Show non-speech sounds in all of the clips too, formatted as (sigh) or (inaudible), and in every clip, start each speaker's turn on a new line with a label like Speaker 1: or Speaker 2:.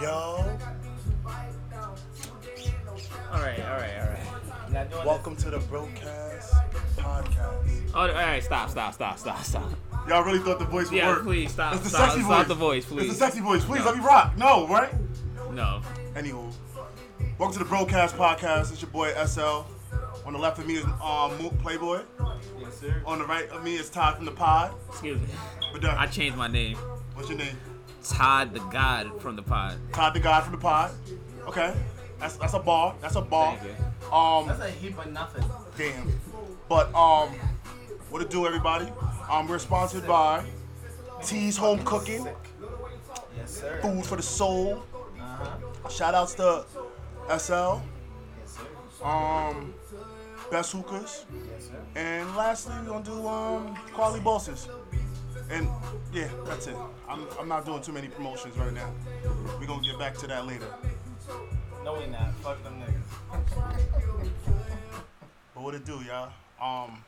Speaker 1: Yo,
Speaker 2: All right, all right, all right. Not doing
Speaker 1: welcome to the broadcast podcast.
Speaker 2: this- Oh, all right, stop, stop, stop, stop, stop.
Speaker 1: Y'all really thought the voice would
Speaker 2: Yeah,
Speaker 1: work?
Speaker 2: please, stop,
Speaker 1: It's the
Speaker 2: stop,
Speaker 1: sexy
Speaker 2: stop
Speaker 1: voice.
Speaker 2: the voice,
Speaker 1: It's
Speaker 2: please.
Speaker 1: the sexy voice. Please let me rock. No, right?
Speaker 2: No.
Speaker 1: Anywho, welcome to the broadcast podcast. It's your boy SL. On the left of me is um, Mook Playboy.
Speaker 2: Yes, sir.
Speaker 1: On the right of me is Todd from the pod.
Speaker 2: Excuse me.
Speaker 1: But done.
Speaker 2: I changed my name.
Speaker 1: What's your name?
Speaker 2: Todd the God from the pod.
Speaker 1: Todd the God from the pod. Okay, that's that's a bar. That's a bar.
Speaker 2: Thank you.
Speaker 1: Um,
Speaker 3: That's a heap of nothing.
Speaker 1: Damn. But um, what it do, everybody? Um, we're sponsored by T's Home Cooking,
Speaker 3: Yes, sir. Uh
Speaker 1: food for the soul.
Speaker 3: huh.
Speaker 1: Shout outs to SL,
Speaker 3: Yes, sir.
Speaker 1: um, Best Hookers,
Speaker 3: Yes, sir.
Speaker 1: and lastly we're gonna do um, Quality Bosses. And yeah, that's it. I'm, I'm not doing too many promotions right now. We're gonna get back to that later.
Speaker 3: No, we not. Fuck them niggas.
Speaker 1: But what it do, y'all? Um,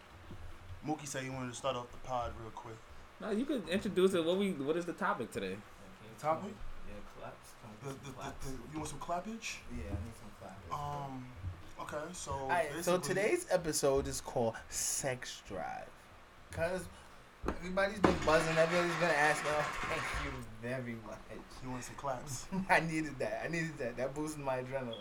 Speaker 1: Mookie said he wanted to start off the pod real quick.
Speaker 2: No, you could introduce it. What we? What is the topic today?
Speaker 1: Topic?
Speaker 3: Yeah, claps. Come
Speaker 1: The, the,
Speaker 3: get some claps.
Speaker 1: the, the, you want some clappage?
Speaker 3: Yeah, I need some claps.
Speaker 1: Um. Okay. So.
Speaker 3: Alright, so
Speaker 1: basically-
Speaker 3: today's episode is called Sex Drive. Because everybody's been buzzing, everybody's been asking, oh, thank you very much. (laughs)
Speaker 1: You want some claps?
Speaker 3: I needed that. I needed that. That boosted my adrenaline.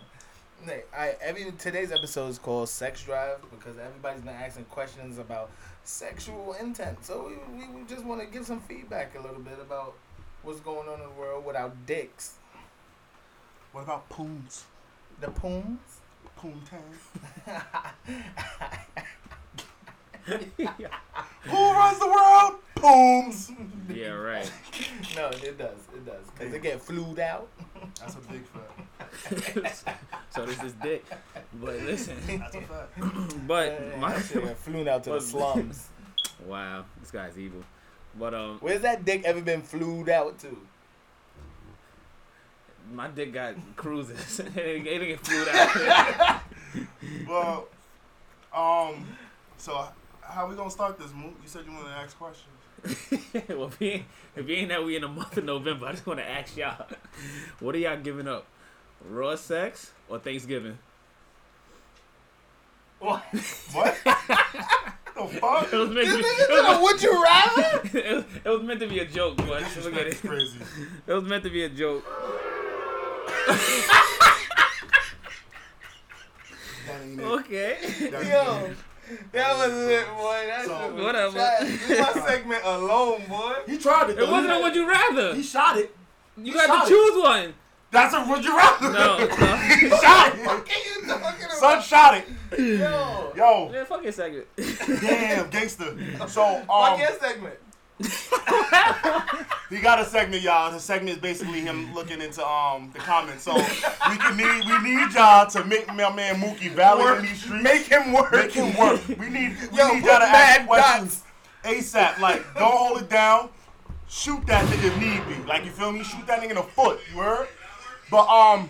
Speaker 3: Like, I every today's episode is called Sex Drive because everybody's been asking questions about sexual intent. So we, we just want to give some feedback a little bit about what's going on in the world with our dicks.
Speaker 1: what about poons?
Speaker 3: The pooms.
Speaker 1: Poon time.
Speaker 2: (laughs) yeah,
Speaker 1: Who runs the world? Pooms.
Speaker 2: right.
Speaker 3: No, it does. It does. Because they get flued out.
Speaker 1: That's a big (laughs) fact.
Speaker 2: (laughs) so this is dick. But listen, (clears throat)
Speaker 1: That's a fact.
Speaker 2: but my (laughs)
Speaker 3: That shit get flewn out to the
Speaker 2: But-
Speaker 3: slums.
Speaker 2: wow, this guy's evil. But um,
Speaker 3: Where's that dick ever been flued out to? (laughs)
Speaker 2: my dick got cruises. (laughs) it didn't it didn't get flued out.
Speaker 1: Well, um. So how we gonna start this? Moot? You said you want to ask questions.
Speaker 2: (laughs) well, if being, being that we in the month of November, I just want to ask y'all, (laughs) what are y'all giving up? Raw sex or Thanksgiving?
Speaker 3: What?
Speaker 1: What? the fuck?
Speaker 2: It was meant
Speaker 3: this
Speaker 2: to be,
Speaker 3: nigga said, would you rather?
Speaker 2: it was- it was meant (laughs) to be a joke, but look
Speaker 1: Disrespect
Speaker 2: at
Speaker 1: is
Speaker 2: it.
Speaker 1: crazy.
Speaker 2: (laughs) It was meant to be a joke.
Speaker 1: That ain't it.
Speaker 2: Okay.
Speaker 1: That ain't
Speaker 3: Yo,
Speaker 1: it.
Speaker 3: that was it, boy. That's
Speaker 1: So-
Speaker 3: so,
Speaker 2: Whatever.
Speaker 3: my segment alone, boy.
Speaker 1: He tried it.
Speaker 2: It wasn't a would you rather.
Speaker 1: He shot it.
Speaker 2: You
Speaker 1: shot
Speaker 2: got
Speaker 1: it.
Speaker 2: to choose one.
Speaker 1: That's a would you rather.
Speaker 2: (laughs) No.
Speaker 1: (laughs) he
Speaker 2: no.
Speaker 1: shot it.
Speaker 3: What are you talking about?
Speaker 1: Son shot it.
Speaker 3: Yo,
Speaker 1: Yo.
Speaker 2: Man, fuck your segment.
Speaker 1: Damn, gangster. So,
Speaker 3: fuck
Speaker 1: um,
Speaker 3: your segment.
Speaker 1: he got a segment, y'all. The segment is basically him looking into um the comments. So we can need we need y'all to make my man Mookie valid in these streets. Make him work. Make him work. We need we
Speaker 3: Yo,
Speaker 1: need
Speaker 3: put
Speaker 1: y'all to ask
Speaker 3: mad
Speaker 1: questions ASAP. Like, don't hold it down. Shoot that nigga if need be. Like, you feel me? Shoot that nigga in the foot. You heard? But um,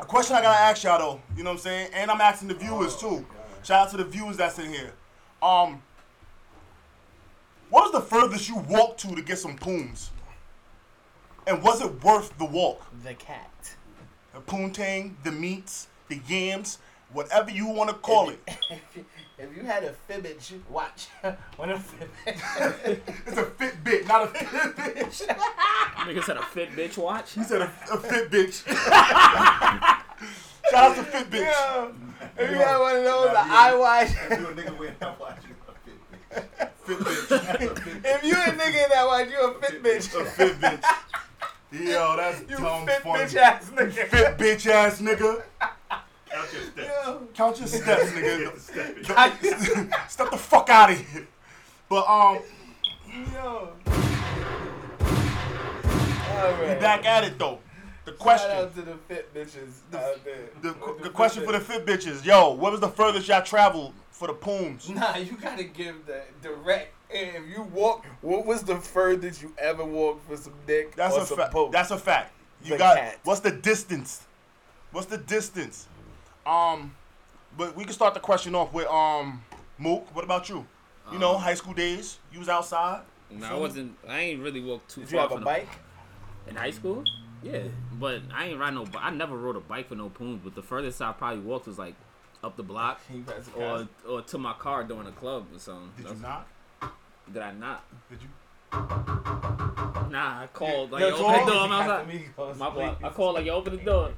Speaker 1: a question I gotta ask y'all though. You know what I'm saying? And I'm asking the viewers too. Shout out to the viewers that's in here. Um. What was the furthest you walked to to get some pooms? And was it worth the walk?
Speaker 3: The cat.
Speaker 1: The poontang, the meats, the yams, whatever you want to call it.
Speaker 3: If you, if you had a fibbage, watch. (laughs) when a fibbage. (laughs)
Speaker 1: It's a Fitbit, not a Fitbit.
Speaker 2: (laughs) Nigga said a fit bitch watch.
Speaker 1: He said a, a Fitbit. (laughs) Shout out to Fitbit.
Speaker 3: Yo, if you had one of those, an
Speaker 4: Nah, you-
Speaker 3: eye watch.
Speaker 4: you a nigga when
Speaker 3: (laughs)
Speaker 4: I watch you.
Speaker 1: Fitbit.
Speaker 3: if you a nigga in that watch, you a fit bitch.
Speaker 1: A Fitbit. Yo, that's
Speaker 3: You
Speaker 1: dumb
Speaker 3: fit
Speaker 1: funny.
Speaker 3: bitch ass nigga.
Speaker 1: Fit bitch ass nigga.
Speaker 4: Out your step.
Speaker 3: Yo,
Speaker 1: Count your (laughs) steps, nigga.
Speaker 4: Step
Speaker 1: (laughs)
Speaker 4: it.
Speaker 1: Step the fuck out of here. But um,
Speaker 3: yo. All right.
Speaker 1: back at it though. The
Speaker 3: Shout
Speaker 1: question.
Speaker 3: out to the fit bitches out there.
Speaker 1: The,
Speaker 3: With
Speaker 1: the question for the fit bitches, yo, what was the furthest y'all traveled for the pooms?
Speaker 3: Nah, you gotta give the direct. If you walk, what was the furthest you ever walked for some dick
Speaker 1: That's
Speaker 3: or
Speaker 1: a
Speaker 3: some
Speaker 1: fact.
Speaker 3: poke?
Speaker 1: That's a fact. You
Speaker 3: The
Speaker 1: got
Speaker 3: cat.
Speaker 1: what's the distance? What's the distance? Um, but we can start the question off with um, Mook. What about you? You know, high school days. You was outside.
Speaker 2: No, I wasn't. I ain't really walked too
Speaker 3: Did you
Speaker 2: far
Speaker 3: have a
Speaker 2: from
Speaker 3: bike?
Speaker 2: The, in high school. Yeah, but I ain't ride no. bi- I never rode a bike for no poons. But the furthest I probably walked was like up the block
Speaker 3: Can you pass the
Speaker 2: or
Speaker 3: gas?
Speaker 2: or to my car during a club or something.
Speaker 1: Did you
Speaker 2: That's-
Speaker 1: not?
Speaker 2: Did I not?
Speaker 1: Did you?
Speaker 2: Nah, I called like
Speaker 3: Yo,
Speaker 2: yo, open
Speaker 1: call
Speaker 2: the door.
Speaker 3: Pass
Speaker 2: I'm
Speaker 3: the
Speaker 2: outside.
Speaker 3: Migos,
Speaker 2: My fault. I
Speaker 3: please.
Speaker 2: called like yo, open the door.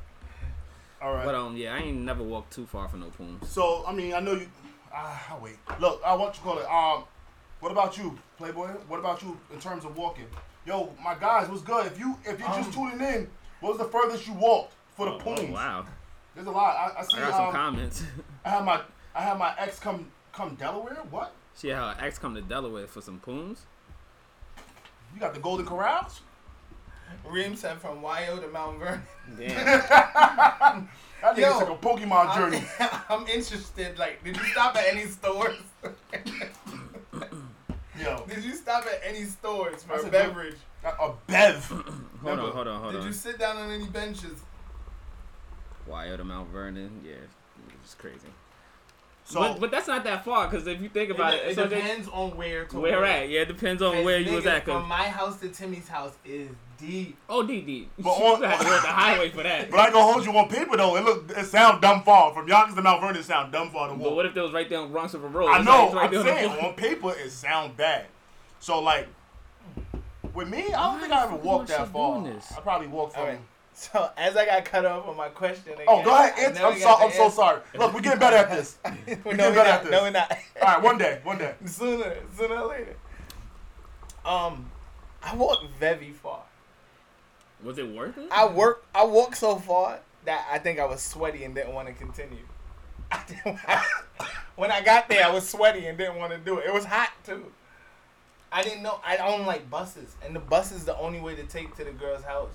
Speaker 1: All right.
Speaker 2: But um, yeah, I ain't never walked too far for no poons.
Speaker 1: so I mean, I know you. Ah, I'll wait. Look, I want you call it. Um, what about you, Playboy? What about you in terms of walking? Yo, my guys, what's good? If you if you're just tuning in, what was the furthest you walked for the
Speaker 2: Um, Oh,
Speaker 1: poons?
Speaker 2: wow,
Speaker 1: There's a lot. I, I see.
Speaker 2: I got some
Speaker 1: um,
Speaker 2: comments. (laughs)
Speaker 1: I had my I had my ex come come Delaware. What?
Speaker 2: she had her ex come to Delaware for some poons.
Speaker 1: You got the Golden Corrals?
Speaker 3: Reem said from Wyo to Mount Vernon.
Speaker 1: (laughs)
Speaker 2: Damn.
Speaker 1: That
Speaker 3: Yo,
Speaker 1: nigga took a Pokemon
Speaker 2: (laughs)
Speaker 3: I'm,
Speaker 1: journey.
Speaker 3: (laughs) I'm interested. Like, did you stop at any stores? (laughs)
Speaker 1: Yo,
Speaker 3: did you stop at any stores for
Speaker 1: That's a good-
Speaker 3: a beverage?
Speaker 1: a a Bev.
Speaker 2: hold
Speaker 1: Remember,
Speaker 2: on, hold on, hold
Speaker 3: Did
Speaker 2: on.
Speaker 3: you sit down on any benches?
Speaker 2: Wyo to Mount Vernon. Yeah, it's crazy.
Speaker 1: So
Speaker 2: but, but that's not that far because if you think about it,
Speaker 3: it,
Speaker 2: it's
Speaker 3: it
Speaker 2: okay.
Speaker 3: depends on where to
Speaker 2: Where
Speaker 3: work.
Speaker 2: at? Yeah, it depends on
Speaker 3: Cause
Speaker 2: where you was
Speaker 3: nigga,
Speaker 2: at.
Speaker 3: From
Speaker 2: Cause,
Speaker 3: my house to Timmy's house is deep. (laughs)
Speaker 2: oh, DD.
Speaker 1: But
Speaker 2: (laughs) you
Speaker 1: on-
Speaker 2: had to go the highway for that.
Speaker 1: But I ain't gonna hold you on paper though. It look, it sound dumb far from Yonkers to Mount Vernon. it Sound dumb far to
Speaker 2: But
Speaker 1: walk.
Speaker 2: what if there was right there on Bronx River Road?
Speaker 1: I
Speaker 2: It's
Speaker 1: know.
Speaker 2: like- it's right
Speaker 1: I'm
Speaker 2: there on the
Speaker 1: saying
Speaker 2: block.
Speaker 1: on paper it sound bad. So like, with me, I don't think I ever
Speaker 2: Why the
Speaker 1: walked
Speaker 2: fuck
Speaker 1: that
Speaker 2: am I
Speaker 1: far.
Speaker 2: doing this?
Speaker 1: I probably walked from.
Speaker 3: All right. So as I got cut off on my question, again,
Speaker 1: Oh, go ahead.
Speaker 3: I
Speaker 1: It's,
Speaker 3: never
Speaker 1: I'm so
Speaker 3: got
Speaker 1: I'm
Speaker 3: to
Speaker 1: so
Speaker 3: answer- (laughs)
Speaker 1: sorry. Look, we're getting better at
Speaker 2: (laughs)
Speaker 1: this. All
Speaker 3: no,
Speaker 1: getting
Speaker 3: we're
Speaker 1: better
Speaker 3: not.
Speaker 1: at
Speaker 3: No,
Speaker 1: this. (laughs)
Speaker 3: we're not.
Speaker 1: right, one day, one day.
Speaker 3: sooner, sooner or later. Um, I walk very far.
Speaker 2: Was it worth it?
Speaker 3: I work. I walk so far that I think I was sweaty and didn't want to continue. (laughs) I didn't, (laughs) when I got there, I was sweaty and didn't want to do it. It was hot too. I didn't know. I don't like buses, and the bus is the only way to take to the girl's house.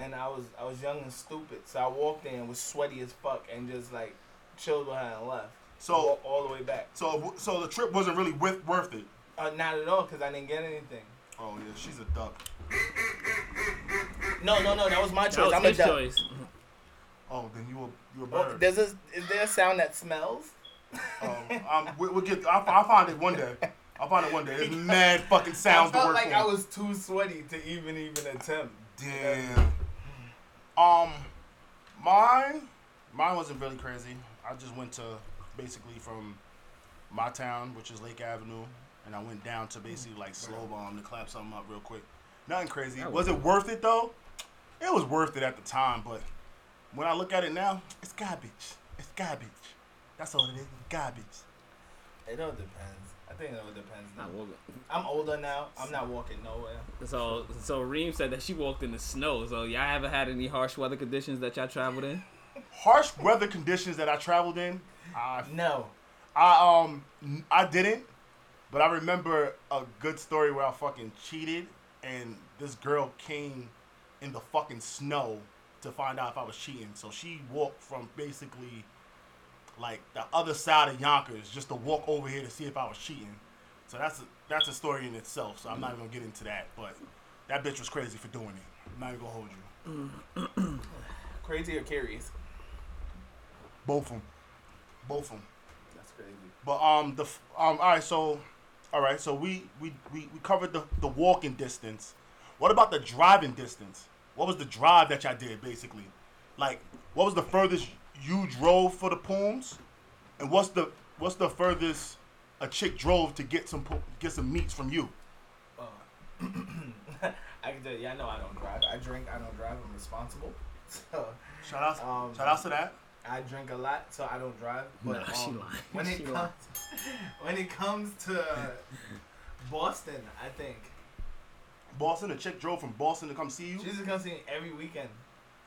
Speaker 3: And I was I was young and stupid, so I walked in was sweaty as fuck and just like chilled behind and left.
Speaker 1: So-
Speaker 3: Walked all the way back.
Speaker 1: So so the trip wasn't really with, worth it.
Speaker 3: Uh, not at all, cause I didn't get anything.
Speaker 1: Oh yeah, she's a duck.
Speaker 3: No, no, no. That was my choice.
Speaker 2: that was
Speaker 3: I'm a
Speaker 2: his
Speaker 3: duck.
Speaker 2: choice. (laughs)
Speaker 1: Oh, then you a you a
Speaker 3: Oh,
Speaker 1: bird.
Speaker 3: there's a, is there a sound that smells?
Speaker 1: Oh,
Speaker 3: (laughs)
Speaker 1: um, we, we'll get. I'll, I'll find it one day. I'll find it one day.
Speaker 3: (laughs)
Speaker 1: It's mad fucking sounds to
Speaker 3: I felt
Speaker 1: work
Speaker 3: like
Speaker 1: for.
Speaker 3: I was too sweaty to even even attempt.
Speaker 1: Damn. Um, mine, mine wasn't really crazy. I just went to basically from my town, which is Lake Avenue, and I went down to basically like slow bomb to clap something up real quick. Nothing crazy.
Speaker 2: That
Speaker 1: Was
Speaker 2: was-
Speaker 1: it worth it though? It was worth it at the time, but when I look at it now, it's garbage. It's garbage. That's all it is. Garbage.
Speaker 3: It all depends. I think it all depends.
Speaker 2: I woke up.
Speaker 3: I'm older now. I'm not walking nowhere.
Speaker 2: So, so Reem said that she walked in the snow. So, y'all ever had any harsh weather conditions that y'all traveled in?
Speaker 1: Harsh weather conditions that I traveled in. I
Speaker 3: No.
Speaker 1: I um n- I didn't, but I remember a good story where I fucking cheated and this girl came in the fucking snow to find out if I was cheating. So she walked from basically like the other side of Yonkers just to walk over here to see if I was cheating. So that's a, that's a story in itself. So I'm not even gonna get into that. But that bitch was crazy for doing it. I'm not even gonna hold you.
Speaker 3: Crazy or curious?
Speaker 1: Both of them. Both of them.
Speaker 3: That's crazy.
Speaker 1: But um the f- um all right so all right so we we we, we covered the, the walking distance. What about the driving distance? What was the drive that y'all did basically? Like what was the furthest you drove for the poems? And what's the what's the furthest a chick drove to get some po- get some meats from you?
Speaker 3: (clears throat) I can tell you. I know I don't drive. I drink. I don't drive. I'm responsible. (laughs) So
Speaker 1: Shout out
Speaker 3: Um,
Speaker 1: shout out to that.
Speaker 3: I drink a lot. So I don't drive. But
Speaker 2: Nah, she
Speaker 3: um,
Speaker 2: lying.
Speaker 3: when
Speaker 2: She
Speaker 3: it
Speaker 2: lying.
Speaker 3: comes (laughs) when it comes to Boston, I think
Speaker 1: Boston, a chick drove from Boston to come see you.
Speaker 3: she's just gonna see me every weekend.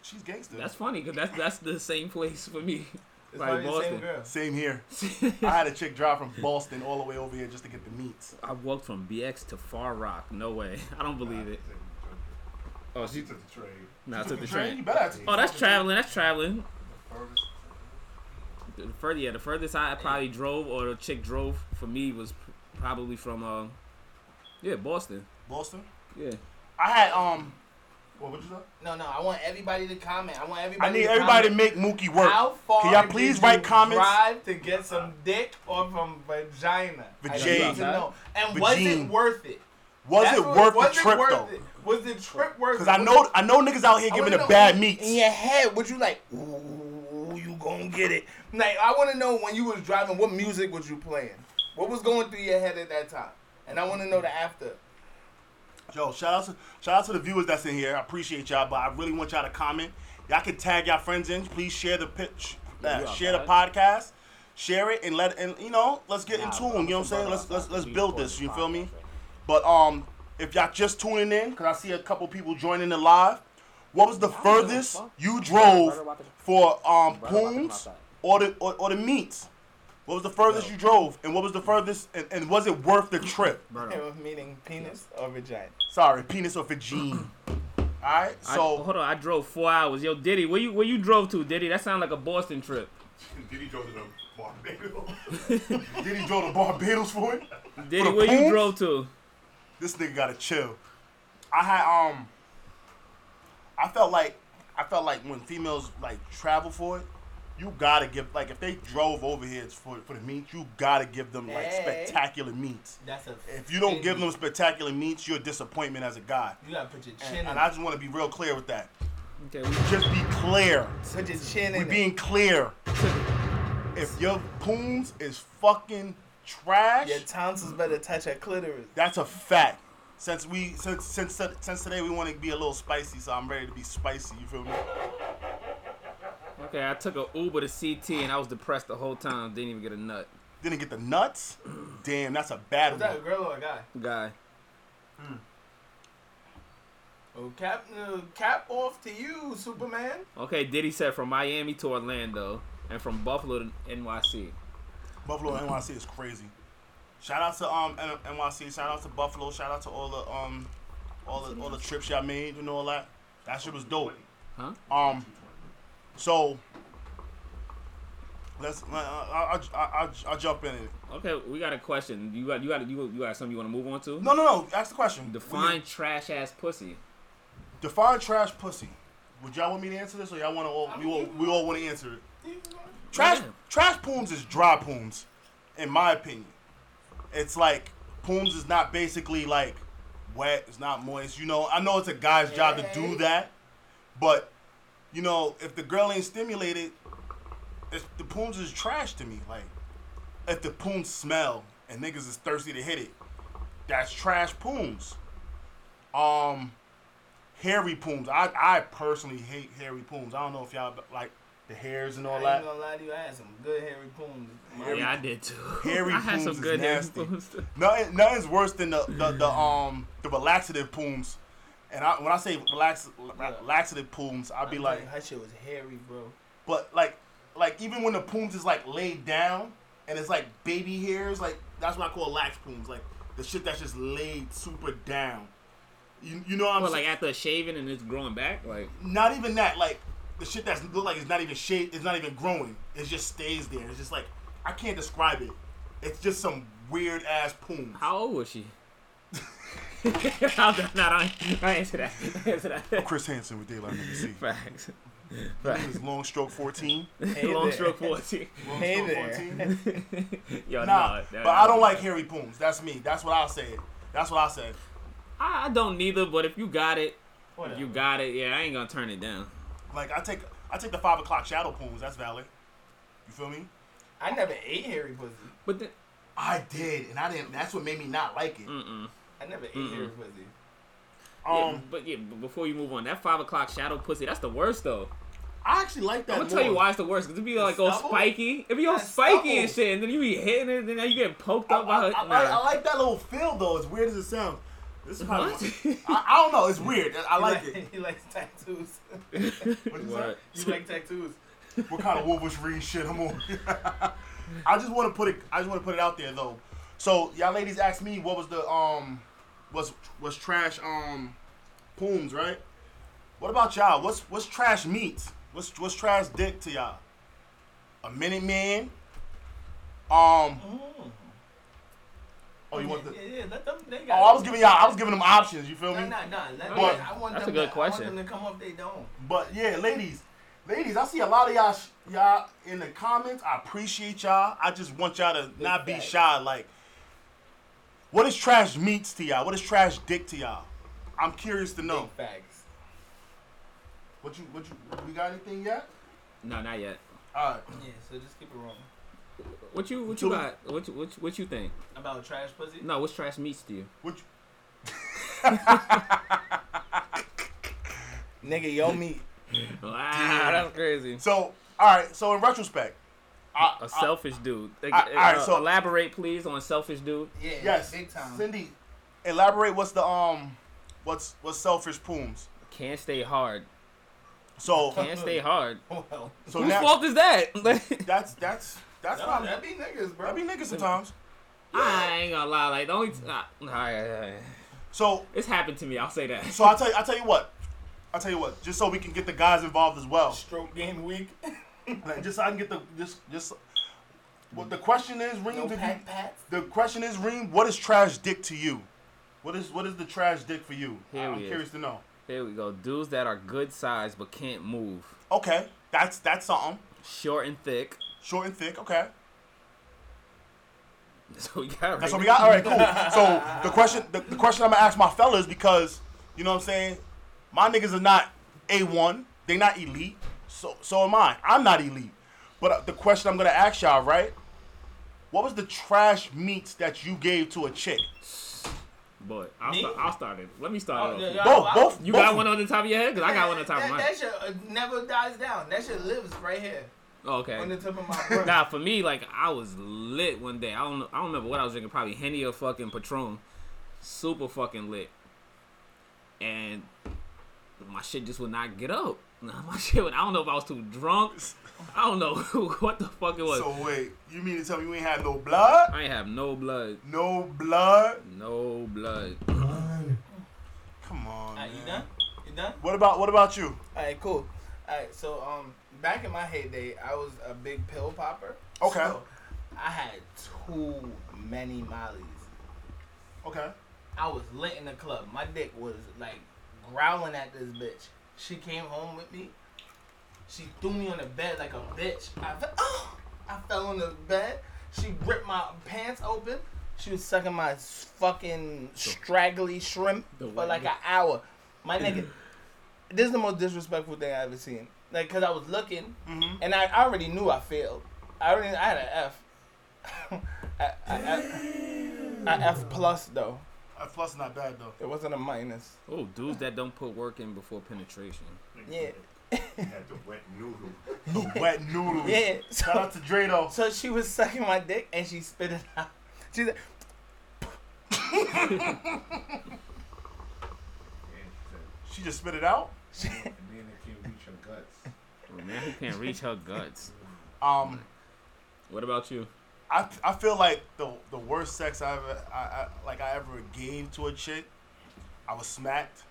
Speaker 1: She's gangster.
Speaker 2: That's funny because that's that's the same place for me.
Speaker 3: It's
Speaker 2: Like
Speaker 3: probably the same
Speaker 2: Boston.
Speaker 3: girl.
Speaker 1: Same here. (laughs) I had a chick drive from Boston all the way over here just to get the meats.
Speaker 2: I walked from BX to Far Rock. No way. I don't believe it. Oh,
Speaker 4: She
Speaker 2: she
Speaker 4: took the train.
Speaker 2: nah, took the
Speaker 1: You
Speaker 2: train.
Speaker 1: better have to-
Speaker 2: Oh, that's traveling. That's traveling.
Speaker 4: The furthest.
Speaker 2: The further, yeah, the furthest I probably drove or a chick drove for me was pr- probably from uh, yeah, Boston.
Speaker 1: Boston.
Speaker 2: Yeah.
Speaker 1: I had um. What would you say?
Speaker 3: No, no. I want everybody to comment. I want everybody.
Speaker 1: I need
Speaker 3: to
Speaker 1: everybody
Speaker 3: comment.
Speaker 1: to make Mookie work.
Speaker 3: How far
Speaker 1: Can y'all please
Speaker 3: did
Speaker 1: write
Speaker 3: you
Speaker 1: comments?
Speaker 3: Drive to get some dick or from vagina. I need
Speaker 1: Vagine.
Speaker 3: to know. And was it
Speaker 1: Vagine.
Speaker 3: worth it?
Speaker 1: Was
Speaker 3: That's
Speaker 1: it
Speaker 3: what-
Speaker 1: worth
Speaker 3: was
Speaker 1: the
Speaker 3: it
Speaker 1: trip
Speaker 3: worth
Speaker 1: though?
Speaker 3: it?
Speaker 4: Was the trip worth?
Speaker 1: Cause I know I know niggas out here
Speaker 3: I
Speaker 1: giving
Speaker 3: wanna
Speaker 1: the
Speaker 3: know,
Speaker 1: bad
Speaker 3: in-
Speaker 1: meats.
Speaker 3: In your head, would you like? Ooh, you gonna get it? Like, I want to know when you was driving, what music was you playing? What was going through your head at that time? And I want to know the after.
Speaker 1: Yo, shout out to shout out to the viewers that's in here. I appreciate y'all, but I really want y'all to comment. Y'all can tag y'all friends in. Please share the pitch,
Speaker 2: You
Speaker 1: uh,
Speaker 2: are
Speaker 1: share the podcast, share it, and let and you know let's get in
Speaker 2: Nah,
Speaker 1: tune.
Speaker 2: bro,
Speaker 1: You know what I'm
Speaker 2: bro,
Speaker 1: saying?
Speaker 2: bro,
Speaker 1: Let's
Speaker 2: bro,
Speaker 1: let's let's
Speaker 2: we
Speaker 1: build
Speaker 2: recording
Speaker 1: this. You
Speaker 2: the
Speaker 1: feel me?
Speaker 2: podcast right
Speaker 1: But um, if y'all just tuning in, cause I see a couple people joining the live. What was the
Speaker 2: don't give a
Speaker 1: furthest
Speaker 2: fuck.
Speaker 1: you
Speaker 2: Brother,
Speaker 1: drove
Speaker 2: watch it.
Speaker 1: for um
Speaker 2: Brother, watch it
Speaker 1: poons
Speaker 2: outside.
Speaker 1: or the or, or the meats? What was the furthest you drove, and what was the furthest, and, and was it worth the trip?
Speaker 3: Meaning penis or vagina.
Speaker 1: Sorry, penis or
Speaker 2: (clears throat)
Speaker 1: vagine. All right,
Speaker 2: I-
Speaker 1: so
Speaker 2: hold on, I drove four hours. Yo, Diddy, where you where you drove to, Diddy? That sounds like a Boston trip.
Speaker 4: Did he go to the
Speaker 1: (laughs)
Speaker 4: Barbados?
Speaker 1: did he draw the Barbados for it?
Speaker 2: Diddy,
Speaker 1: the
Speaker 2: where you
Speaker 1: poons?
Speaker 2: drove to?
Speaker 1: This nigga gotta chill. I had um, I felt like I felt like when females like travel for it, you gotta give like if they drove over here for for the meat, you gotta give them like
Speaker 3: Hey.
Speaker 1: spectacular meats.
Speaker 3: That's a.
Speaker 1: If you don't give them spectacular meats, you're a disappointment as a guy.
Speaker 3: you gotta put your
Speaker 1: And, and I just want to be real clear with that.
Speaker 2: Okay, we
Speaker 1: Just be clear.
Speaker 3: Put your chin
Speaker 1: We
Speaker 3: in.
Speaker 1: being clear. If your poons is fucking trash,
Speaker 3: Your tonsils better touch her clitoris.
Speaker 1: That's a fact. Since we since since since today we want to be a little spicy, so I'm ready to be spicy. You feel me?
Speaker 2: okay. I took a Uber to CT and I was depressed the whole time. Didn't even get a nut,
Speaker 1: Didn't get the nuts. Damn, that's a bad
Speaker 3: Was that a
Speaker 1: one.
Speaker 3: girl or a guy?
Speaker 2: guy.
Speaker 3: Oh, cap, uh, cap off to you, Superman.
Speaker 2: Okay, Diddy said from Miami to Orlando and from Buffalo to NYC.
Speaker 1: Buffalo NYC is crazy. Shout out to um N- NYC. Shout out to Buffalo. Shout out to all the um all the all the trips y'all made. You know all that. That shit was dope.
Speaker 2: Huh?
Speaker 1: Um, so let's I I I I jump in it.
Speaker 2: Okay, we got a question. You got you got you, you got something you want to move on to?
Speaker 1: No no no. Ask the question.
Speaker 2: Define trash ass pussy.
Speaker 1: Define trash pussy. Would y'all want me to answer this, or y'all want to all we all, we all want to answer it? Trash
Speaker 2: Yeah.
Speaker 1: trash pooms is dry pooms, in my opinion. It's like pooms is not basically like wet. It's not moist. You know, I know it's a guy's job to do that, but you know, if the girl ain't stimulated, it's, the pooms is trash to me. Like, if the pooms smell and niggas is thirsty to hit it, that's trash pooms. Um, hairy pooms. I I personally hate hairy pooms. I don't know if y'all like the hairs and all
Speaker 3: I
Speaker 1: that.
Speaker 3: ain't gonna lie to you, I had some good hairy poons.
Speaker 2: Yeah, I did too.
Speaker 1: Hairy
Speaker 2: (laughs) I had
Speaker 1: pooms
Speaker 2: some
Speaker 1: is
Speaker 2: good hairy
Speaker 1: nasty.
Speaker 2: pooms too. (laughs)
Speaker 1: Nothing, nothing's worse than the, the, the um the relaxative pooms. And I, when I say relax, la- laxative pooms, I'll be like,
Speaker 3: her shit was hairy, bro.
Speaker 1: but like, like even when the pooms is like laid down and it's like baby hairs, like that's what I call lax pooms, like the shit that's just laid super down. You, you know what I'm
Speaker 2: But
Speaker 1: saying?
Speaker 2: like after shaving and it's growing back, like
Speaker 1: not even that, like the shit that's look like it's not even shaped, it's not even growing. It just stays there. It's just like I can't describe it. It's just some weird ass pooms.
Speaker 2: how old was (laughs) she? I'm not, not on. I answer that. Answer that.
Speaker 1: Chris Hansen with Daylight Nigga C.
Speaker 2: (laughs) Facts. Facts.
Speaker 1: His long stroke 14.
Speaker 3: Hey
Speaker 2: Long
Speaker 3: there.
Speaker 2: stroke (laughs) forty.
Speaker 1: Long
Speaker 3: Hey
Speaker 1: stroke
Speaker 3: there. (laughs)
Speaker 1: (laughs) 14.
Speaker 2: Yo,
Speaker 1: Nah,
Speaker 2: no, that-
Speaker 1: but I don't like hairy pooms. That's me. That's what I said. That's what I said.
Speaker 2: I, I don't neither. But if you got it, if
Speaker 3: Whatever.
Speaker 2: you got it, yeah, I ain't gonna turn it down.
Speaker 1: Like I take I take the five o'clock shadow pooms. That's valid. You feel me?
Speaker 3: I never ate hairy pussy.
Speaker 2: But then,
Speaker 1: I did, and I didn't. That's what made me not like it.
Speaker 2: mm-mm.
Speaker 3: I never ate hairy pussy.
Speaker 2: Yeah,
Speaker 1: Um,
Speaker 2: but yeah, but before you move on, that five o'clock shadow pussy, that's the worst though.
Speaker 1: I actually like that.
Speaker 2: I'm gonna
Speaker 1: more.
Speaker 2: tell you why it's the worst. Cause it be like all
Speaker 3: stubble?
Speaker 2: spiky. It be all
Speaker 3: That
Speaker 2: spiky and
Speaker 3: stubble.
Speaker 2: shit, and then you be hitting it, and then you get poked
Speaker 1: I,
Speaker 2: up by
Speaker 1: I,
Speaker 2: her.
Speaker 1: I,
Speaker 2: nah.
Speaker 1: I, I like that little feel though. As weird as it sounds, this is probably.
Speaker 2: What?
Speaker 1: (laughs) I, I don't know. It's weird.
Speaker 3: (laughs)
Speaker 1: I like it.
Speaker 3: He likes tattoos.
Speaker 1: (laughs) What is
Speaker 2: (laughs)
Speaker 1: that?
Speaker 2: Word.
Speaker 3: you like tattoos.
Speaker 1: what kind of wolfish read shit I'm on. (laughs) I just want to put it. I just want to put it out there though. So y'all ladies asked me what was the um, was was trash um, pooms right? What about y'all? What's what's trash meat? What's what's trash dick to y'all? A minute man. Um. Oh, you want the?
Speaker 3: Mm-hmm. Yeah, yeah, let them. They
Speaker 1: Oh,
Speaker 3: got
Speaker 1: I was giving y'all. I was giving them options. You feel
Speaker 3: No,
Speaker 1: me?
Speaker 3: no, no. Let them,
Speaker 1: But-
Speaker 3: I want
Speaker 2: That's
Speaker 3: them
Speaker 2: a good
Speaker 3: to,
Speaker 2: question.
Speaker 3: I want them to come up. They don't.
Speaker 1: But yeah, ladies, ladies, I see a lot of y'all, sh- y'all in the comments. I appreciate y'all. I just want y'all to not be
Speaker 3: facts.
Speaker 1: shy. Like, what is trash meats to y'all? What is trash dick to y'all? I'm curious to know.
Speaker 3: Facts.
Speaker 1: What you what you we got anything yet?
Speaker 2: No, not yet.
Speaker 1: All right.
Speaker 3: Yeah, so just keep it wrong.
Speaker 2: What you what you
Speaker 1: Do-
Speaker 2: got? What you, what you, what you think?
Speaker 3: About trash pussy?
Speaker 2: No, what's trash meats to you?
Speaker 1: What you,
Speaker 3: (laughs) Nigga, yo meat.
Speaker 2: Wow, that's crazy.
Speaker 1: so all right. So in retrospect, I,
Speaker 2: A
Speaker 1: I,
Speaker 2: selfish dude. Like,
Speaker 1: I-
Speaker 2: uh,
Speaker 1: alright, so-
Speaker 2: elaborate, please, on selfish dude.
Speaker 3: Yeah,
Speaker 1: yes,
Speaker 3: big time.
Speaker 1: Cindy, elaborate. What's the um, what's what's selfish pooms?
Speaker 2: Can't stay hard.
Speaker 1: So
Speaker 2: Can't stay hard.
Speaker 3: (laughs) Well,
Speaker 1: so
Speaker 2: (laughs) Whose
Speaker 1: now
Speaker 2: fault is that?
Speaker 1: that's that's that's
Speaker 3: no,
Speaker 1: probably
Speaker 3: that be niggas, bro.
Speaker 1: that be niggas sometimes.
Speaker 2: (laughs) I ain't gonna lie. Like the only t- nah, all right, all right, all right.
Speaker 1: So
Speaker 2: it's happened to me. I'll say that.
Speaker 1: so I tell you I tell you what, I tell you what. Just so we can get the guys involved as
Speaker 3: (laughs)
Speaker 1: well.
Speaker 3: stroke game week.
Speaker 1: Like, just so I can get the just just. What the question is, Reem?
Speaker 3: no
Speaker 1: did you-
Speaker 3: pat pats.
Speaker 1: The question is, Reem, what is trash dick to you? What is what is the trash dick for you?
Speaker 2: Here
Speaker 1: I'm
Speaker 2: he is.
Speaker 1: curious to know.
Speaker 2: (laughs) Here we go. Dudes that are good size but can't move,
Speaker 1: Okay, that's that's something.
Speaker 2: short and thick. (laughs)
Speaker 1: Short and thick. Okay,
Speaker 2: That's what we got. Right
Speaker 1: that's what we got. All right, cool. So the question the, the question I'm gonna ask my fellas because you know what I'm saying, my niggas are not a one. They not elite. So so am I. I'm not elite. But uh, the question I'm gonna ask y'all right. What was the trash meats that you gave to a chick?
Speaker 2: But I'll,
Speaker 3: Me?
Speaker 2: start, I'll start it. Let me start
Speaker 3: Oh,
Speaker 2: it.
Speaker 3: yeah,
Speaker 2: off.
Speaker 3: yeah.
Speaker 1: Both,
Speaker 3: I-
Speaker 1: both.
Speaker 2: You
Speaker 1: both
Speaker 2: got one on the top of your head? Because I got one on the top
Speaker 3: that,
Speaker 2: of mine.
Speaker 3: That shit uh, never dies down. That shit lives right here
Speaker 2: Oh, okay.
Speaker 3: on the
Speaker 2: (laughs)
Speaker 3: tip of my brain.
Speaker 2: Nah, for me, like I was lit one day. I don't, know- I don't remember what I was drinking. Probably henny or fucking Patron. Super fucking lit. And my shit just would not get up. (laughs) Nah, my shit. Would, I don't know if I was too drunk.
Speaker 1: (laughs)
Speaker 2: I don't know (laughs) what the fuck it was.
Speaker 1: So wait, you mean to tell me you ain't had no blood?
Speaker 2: I ain't have no blood.
Speaker 1: No blood?
Speaker 2: No blood.
Speaker 1: Come on.
Speaker 3: Alright, you
Speaker 1: man.
Speaker 3: done? You done?
Speaker 1: What about what about you?
Speaker 3: All right, cool. All right, so um, back in my heyday, I was a big pill popper.
Speaker 1: Okay.
Speaker 3: So I had too many mollies.
Speaker 1: Okay.
Speaker 3: I was lit in the club. My dick was like growling at this bitch. She came home with me. She threw me on the bed like a bitch. I fell, (gasps) I fell on the bed. She ripped my pants open. She was sucking my s- fucking straggly shrimp
Speaker 2: The
Speaker 3: for
Speaker 2: white
Speaker 3: like an hour. My nigga, this is the most disrespectful thing I ever seen. Like, cause I was looking,
Speaker 1: Mhm.
Speaker 3: and I, I already knew I failed. I already I had an F. (laughs) I, I, I, I F plus though.
Speaker 1: A plus not bad though.
Speaker 3: It wasn't a minus.
Speaker 2: Oh, dudes that don't put work in before penetration.
Speaker 3: Yeah.
Speaker 4: Had the wet noodle.
Speaker 1: The
Speaker 3: (laughs)
Speaker 1: wet noodles.
Speaker 3: Yeah.
Speaker 1: Shout
Speaker 3: So,
Speaker 1: out to Dre though.
Speaker 3: so she was sucking my dick and she spit it out. She said,
Speaker 1: She just spit it out.
Speaker 4: And then it can reach your guts.
Speaker 2: A man who can't reach her guts.
Speaker 1: Um,
Speaker 2: What about you?
Speaker 1: I, I feel like the the worst sex I ever I, I like I ever gave to a chick, I was smacked,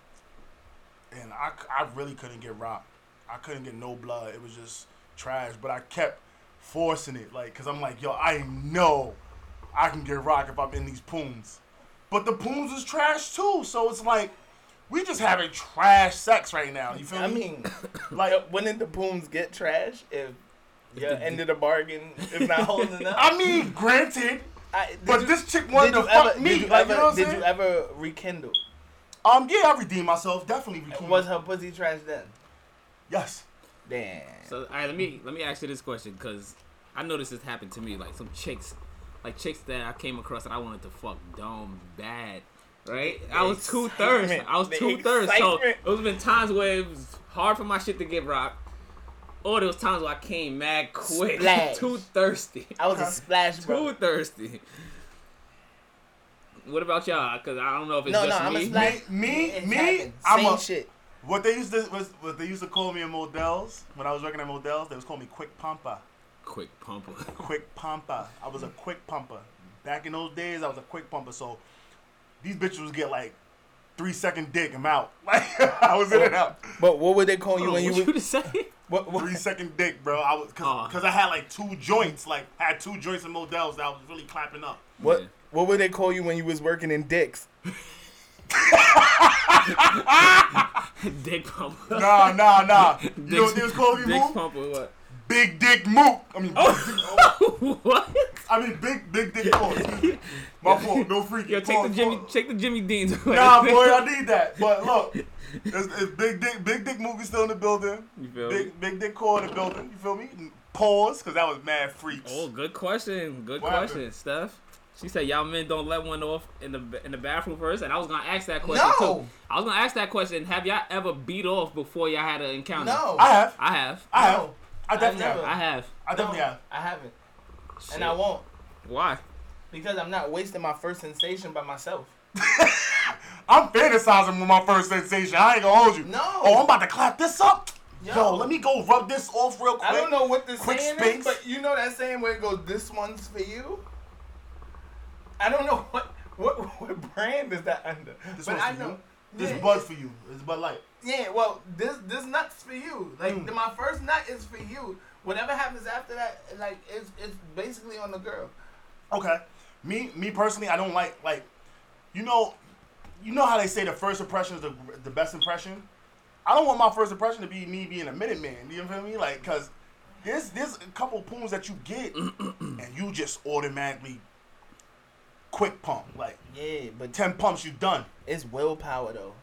Speaker 1: and I, c- I really couldn't get rocked. I couldn't get no blood. It was just trash. But I kept forcing it, like, cause I'm like, yo, I know I can get rocked if I'm in these poons, but the poons is trash too. So it's like we just having trash sex right now. You feel
Speaker 3: I
Speaker 1: me?
Speaker 3: mean,
Speaker 1: like
Speaker 3: uh, wouldn't the booms get trash if your end of the bargain is
Speaker 1: (laughs)
Speaker 3: not holding up?
Speaker 1: I mean, granted,
Speaker 3: I, did
Speaker 1: but
Speaker 3: you-
Speaker 1: this chick
Speaker 3: did
Speaker 1: wanted
Speaker 3: you
Speaker 1: to fuck
Speaker 3: ever,
Speaker 1: me.
Speaker 3: Did you
Speaker 1: like,
Speaker 3: ever,
Speaker 1: you know what I'm
Speaker 3: did
Speaker 1: saying?
Speaker 3: you ever rekindle?
Speaker 1: Um, yeah, I redeemed myself. Definitely redeemed.
Speaker 3: Was her pussy trash then?
Speaker 1: yes.
Speaker 3: Damn.
Speaker 2: So, all right, let me let me ask you this question because I noticed this happened to me. Like some chicks, like chicks that I came across that I wanted to fuck dumb bad. Right? I was too
Speaker 3: excitement.
Speaker 2: thirsty. I was
Speaker 3: The
Speaker 2: too thirsty. So
Speaker 3: excitement.
Speaker 2: it was been times where it was hard for my shit to get rocked. Or there was times where I came mad quick. (laughs)
Speaker 3: Splash.
Speaker 2: too thirsty.
Speaker 3: I was a splash
Speaker 2: Too
Speaker 3: bro.
Speaker 2: thirsty. What about y'all? Because I don't know if it's
Speaker 3: No, no,
Speaker 2: just
Speaker 3: I'm
Speaker 2: me.
Speaker 3: a splash.
Speaker 1: me-
Speaker 3: It
Speaker 1: me,
Speaker 3: happened.
Speaker 1: I'm
Speaker 3: Same
Speaker 1: a-
Speaker 3: shit.
Speaker 1: What they used to was what they used to call me in Models when I was working at Models, they was calling me Quick Pumper.
Speaker 2: Quick pumper.
Speaker 1: Quick Pumper. I was a quick pumper. Back in those days, I was a quick pumper. So these bitches would get like three second dick. I'm out. (laughs) Like I was in and out.
Speaker 3: But what would they call
Speaker 2: (laughs)
Speaker 3: you
Speaker 2: What
Speaker 3: when you?
Speaker 2: you
Speaker 3: would-
Speaker 2: to say?
Speaker 3: Oh,
Speaker 2: (laughs)
Speaker 3: What, what,
Speaker 1: Three second dick, bro. I was
Speaker 2: Aw.
Speaker 1: because I had like two joints. Like I had two joints in Models that I was really clapping up.
Speaker 3: What
Speaker 2: Yeah.
Speaker 3: what would they call you when you was working in dicks?
Speaker 2: Dick pumper.
Speaker 1: Nah, nah, (laughs) nah. You know what
Speaker 2: Dick-
Speaker 1: they was calling me?
Speaker 2: Dick
Speaker 1: Mook?
Speaker 2: pumper. What? Oh.
Speaker 1: Big Dick Mook. I mean,
Speaker 2: (laughs) what? (laughs)
Speaker 1: I mean, big, big dick mook. My fault. No freaky.
Speaker 2: Yo, take the
Speaker 1: Pause,
Speaker 2: Jimmy,
Speaker 1: pause.
Speaker 2: take the Jimmy Dean's. (laughs) away.
Speaker 1: Nah, boy, I need that. But look, it's, it's big dick, big dick Mook is still in the building.
Speaker 2: You feel me?
Speaker 1: Big, big dick core in the building. You feel me? Pause, cause that was mad freaks.
Speaker 2: Oh, good question. Good
Speaker 1: What
Speaker 2: question,
Speaker 1: happened?
Speaker 2: Steph. She said y'all men don't let one off in the in the bathroom first, and I was gonna ask that question
Speaker 3: No.
Speaker 2: too. I was gonna ask that question. Have y'all ever beat off before y'all had an encounter?
Speaker 3: No.
Speaker 1: I have,
Speaker 2: I have.
Speaker 1: I have,
Speaker 3: No,
Speaker 1: I definitely
Speaker 3: I've
Speaker 1: have,
Speaker 3: never.
Speaker 2: I have.
Speaker 1: I definitely
Speaker 3: No,
Speaker 1: have.
Speaker 3: I haven't.
Speaker 2: Shit.
Speaker 3: And I won't.
Speaker 2: Why?
Speaker 3: Because I'm not wasting my first sensation by myself.
Speaker 1: I'm fantasizing with my first sensation. I ain't gonna hold you.
Speaker 3: No.
Speaker 1: Oh, I'm about to clap this up. Yo,
Speaker 3: Yo.
Speaker 1: let me go rub this off real quick.
Speaker 3: I don't know what this
Speaker 1: quick
Speaker 3: saying
Speaker 1: space.
Speaker 3: is, but you know that saying where it goes, "This one's for you." I don't know (laughs) what what, what brand is that under,
Speaker 1: This
Speaker 3: but
Speaker 1: one's
Speaker 3: I
Speaker 1: for
Speaker 3: know.
Speaker 1: you. This
Speaker 3: yeah,
Speaker 1: bud for you. It's Bud Light.
Speaker 3: Yeah, well, this this nut's for you. Like
Speaker 1: Mm.
Speaker 3: my first nut is for you. Whatever happens after that, like it's it's basically on the girl.
Speaker 1: Okay. Me, me personally, I don't like like, you know, you know how they say the first impression is the, the best impression. I don't want my first impression to be me being a minute man. You know what I mean? Like, cause there's there's a couple poons that you
Speaker 2: (clears throat)
Speaker 1: get and you just automatically quick pump like
Speaker 3: Yeah, but
Speaker 1: ten pumps you done.
Speaker 3: it's willpower though.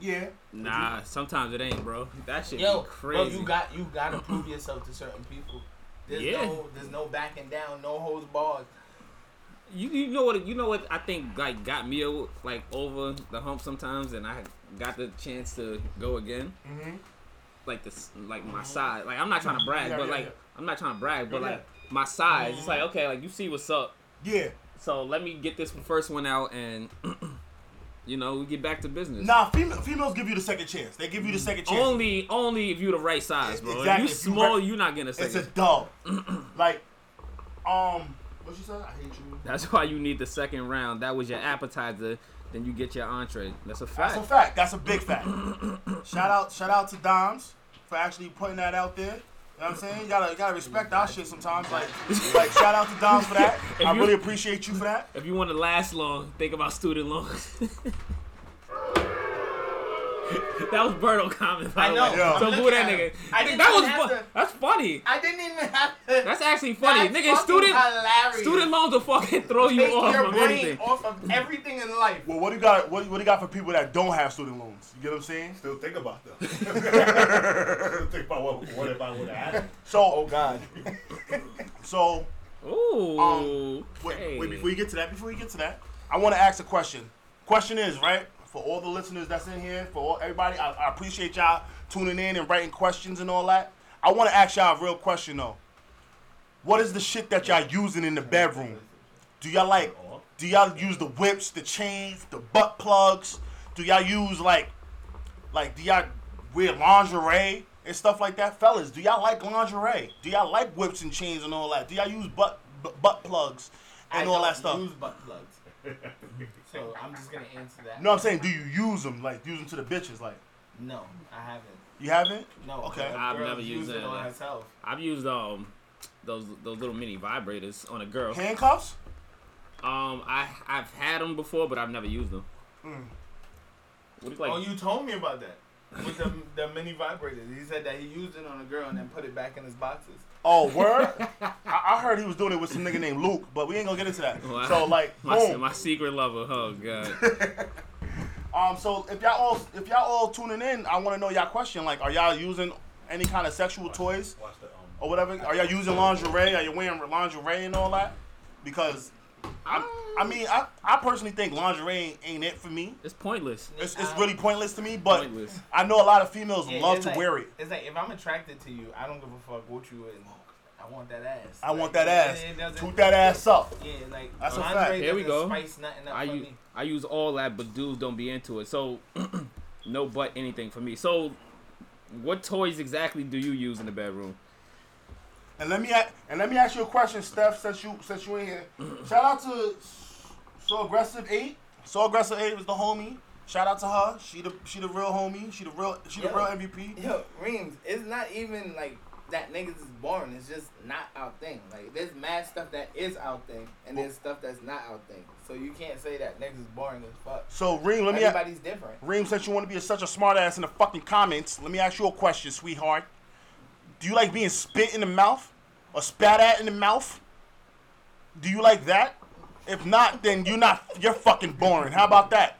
Speaker 1: Yeah.
Speaker 2: Nah, sometimes it ain't, bro. That shit
Speaker 3: Yo,
Speaker 2: be crazy.
Speaker 3: bro, you got you gotta prove yourself to certain people. There's
Speaker 2: Yeah.
Speaker 3: no there's no backing down, no holds barred.
Speaker 2: You, you know what you know what I think like got me o- like over the hump sometimes, and I got the chance to go again.
Speaker 1: Mhm.
Speaker 2: Like this, like my size. Like I'm not trying to
Speaker 1: Mm-hmm.
Speaker 2: brag,
Speaker 1: Yeah,
Speaker 2: but
Speaker 1: yeah,
Speaker 2: like
Speaker 1: yeah.
Speaker 2: I'm not trying to brag, but
Speaker 1: Yeah, Mm-hmm.
Speaker 2: like my size. It's like okay, like you see what's up.
Speaker 1: Yeah.
Speaker 2: So let me get this first one out, and (clears throat) you know we get back to business.
Speaker 1: Nah, female, females give you the second chance. They give you the second chance.
Speaker 2: Only, only if you the right size, bro.
Speaker 1: Exactly,
Speaker 2: If you
Speaker 1: if you
Speaker 2: small,
Speaker 1: right-
Speaker 2: you not getting a
Speaker 1: it's
Speaker 2: second.
Speaker 1: a
Speaker 2: (clears throat)
Speaker 1: dub. like, um, what you said? I hate you.
Speaker 2: That's why you need the second round. That was your appetizer. Then you get your entree. That's a fact.
Speaker 1: That's a fact. That's a
Speaker 2: (clears throat)
Speaker 1: big fact. shout out, shout out to Doms for actually putting that out there. You know what I'm saying? You gotta, you gotta respect our shit sometimes. Like, like shout out to Doms for that.
Speaker 2: (laughs) If
Speaker 1: I
Speaker 2: you-
Speaker 1: really appreciate you for that.
Speaker 2: If you want to last long, think about student loans. (laughs) that was Berto comment, by
Speaker 3: I
Speaker 2: the
Speaker 3: know.
Speaker 2: way.
Speaker 1: Yeah.
Speaker 2: So
Speaker 3: I'm
Speaker 2: boo that
Speaker 3: looking at
Speaker 2: nigga.
Speaker 3: him. I didn't
Speaker 2: that was
Speaker 3: even have
Speaker 2: fu-
Speaker 3: to-
Speaker 2: that's funny.
Speaker 3: I didn't even have to
Speaker 2: That's actually funny,
Speaker 3: (laughs) That's
Speaker 2: nigga.
Speaker 3: fucking
Speaker 2: Student
Speaker 3: hilarious.
Speaker 2: student loans will fucking throw you
Speaker 3: take
Speaker 2: off
Speaker 3: your
Speaker 2: of
Speaker 3: brain
Speaker 2: anything.
Speaker 3: off of everything in
Speaker 1: (laughs)
Speaker 3: life.
Speaker 1: Well, what do you got? What, what do you got for people that don't have student loans? You get what I'm saying?
Speaker 4: Still think
Speaker 1: (laughs)
Speaker 4: about them. (laughs) Still think about what, what if I would have happened.
Speaker 1: So,
Speaker 2: Oh,
Speaker 3: God.
Speaker 1: so
Speaker 2: Ooh.
Speaker 1: Um, Wait, wait, before you get to that, before you get to that, I want to ask a question. Question is, right, for all the listeners that's in here, for all, everybody, I, I appreciate y'all tuning in and writing questions and all that. I want to ask y'all a real question, though. What is the shit that y'all using in the bedroom? Do y'all like, do y'all use the whips, the chains, the butt plugs? Do y'all use, like, like, do y'all wear lingerie and stuff like that? Fellas, do y'all like lingerie? Do y'all like whips and chains and all that? Do y'all use butt, b- butt plugs and all that stuff?
Speaker 3: Use butt plugs.
Speaker 1: (laughs)
Speaker 3: so I'm just gonna answer that.
Speaker 1: You know what I'm saying? Do you use them? Like, use them to the bitches? Like,
Speaker 3: No, I haven't.
Speaker 1: you haven't?
Speaker 3: No.
Speaker 1: Okay.
Speaker 3: the
Speaker 2: I've
Speaker 3: girl
Speaker 2: never used
Speaker 3: used it
Speaker 2: that.
Speaker 3: on herself.
Speaker 2: I've used um those those little mini vibrators on a girl.
Speaker 1: Handcuffs?
Speaker 2: Um, I I've had them before, but I've never used them. What do you like?
Speaker 3: Mm. oh, you told me about that. With the, the mini vibrators. He said that he used it on a girl and then put it back in his boxes.
Speaker 1: Oh, word? I, I heard he was doing it with some nigga named Luke, but we ain't gonna get into that.
Speaker 2: Wow.
Speaker 1: So like,
Speaker 2: my, se-
Speaker 1: boom.
Speaker 2: my secret lover. Oh god.
Speaker 3: (laughs)
Speaker 1: Um, so if y'all all if y'all all tuning in, I want to know y'all question. Like, are y'all using any kind of sexual toys
Speaker 4: Watch the um,
Speaker 1: or whatever? Are y'all using lingerie? Are you wearing lingerie and all that? Because I, I mean, I, I personally think lingerie ain't, ain't it for me.
Speaker 2: It's pointless.
Speaker 1: It's, it's really pointless to me, but
Speaker 2: Pointless.
Speaker 1: I know a lot of females
Speaker 3: Yeah,
Speaker 1: love
Speaker 3: it's
Speaker 1: to
Speaker 3: like-
Speaker 1: wear it.
Speaker 3: It's like if I'm attracted to you, I don't give a fuck what you in. I want that ass.
Speaker 1: I want
Speaker 3: Like,
Speaker 1: that ass.
Speaker 3: it- it doesn't-
Speaker 1: Toot that ass up.
Speaker 3: Yeah, like
Speaker 1: That's a
Speaker 3: Andre
Speaker 1: fact.
Speaker 2: Here we go.
Speaker 3: doesn't Spice nothing up
Speaker 2: I
Speaker 3: for
Speaker 2: use
Speaker 3: me.
Speaker 2: I use all that, but dudes don't be into it. So (clears throat) no butt anything for me. So what toys exactly do you use in the bedroom?
Speaker 1: And let me a- and let me ask you a question, Steph. Since you since you in here, shout out to so aggressive eight. So aggressive eight was the homie. Shout out to her. She the she the real homie. She the real she the
Speaker 3: Yo.
Speaker 1: real MVP.
Speaker 3: Yo, Reams, it's not even like that niggas is boring. It's just not our thing. Like there's mad stuff that is our thing, and there's stuff that's not our thing. So you can't say that niggas is boring as fuck.
Speaker 1: So Reem, let me a-
Speaker 3: Everybody's different.
Speaker 1: Reem since you want to be such a smart ass in the fucking comments. Let me ask you a question, sweetheart. Do you like being spit in the mouth or spat at in the mouth? Do you like that? If not, then you're not you're fucking boring. How about that?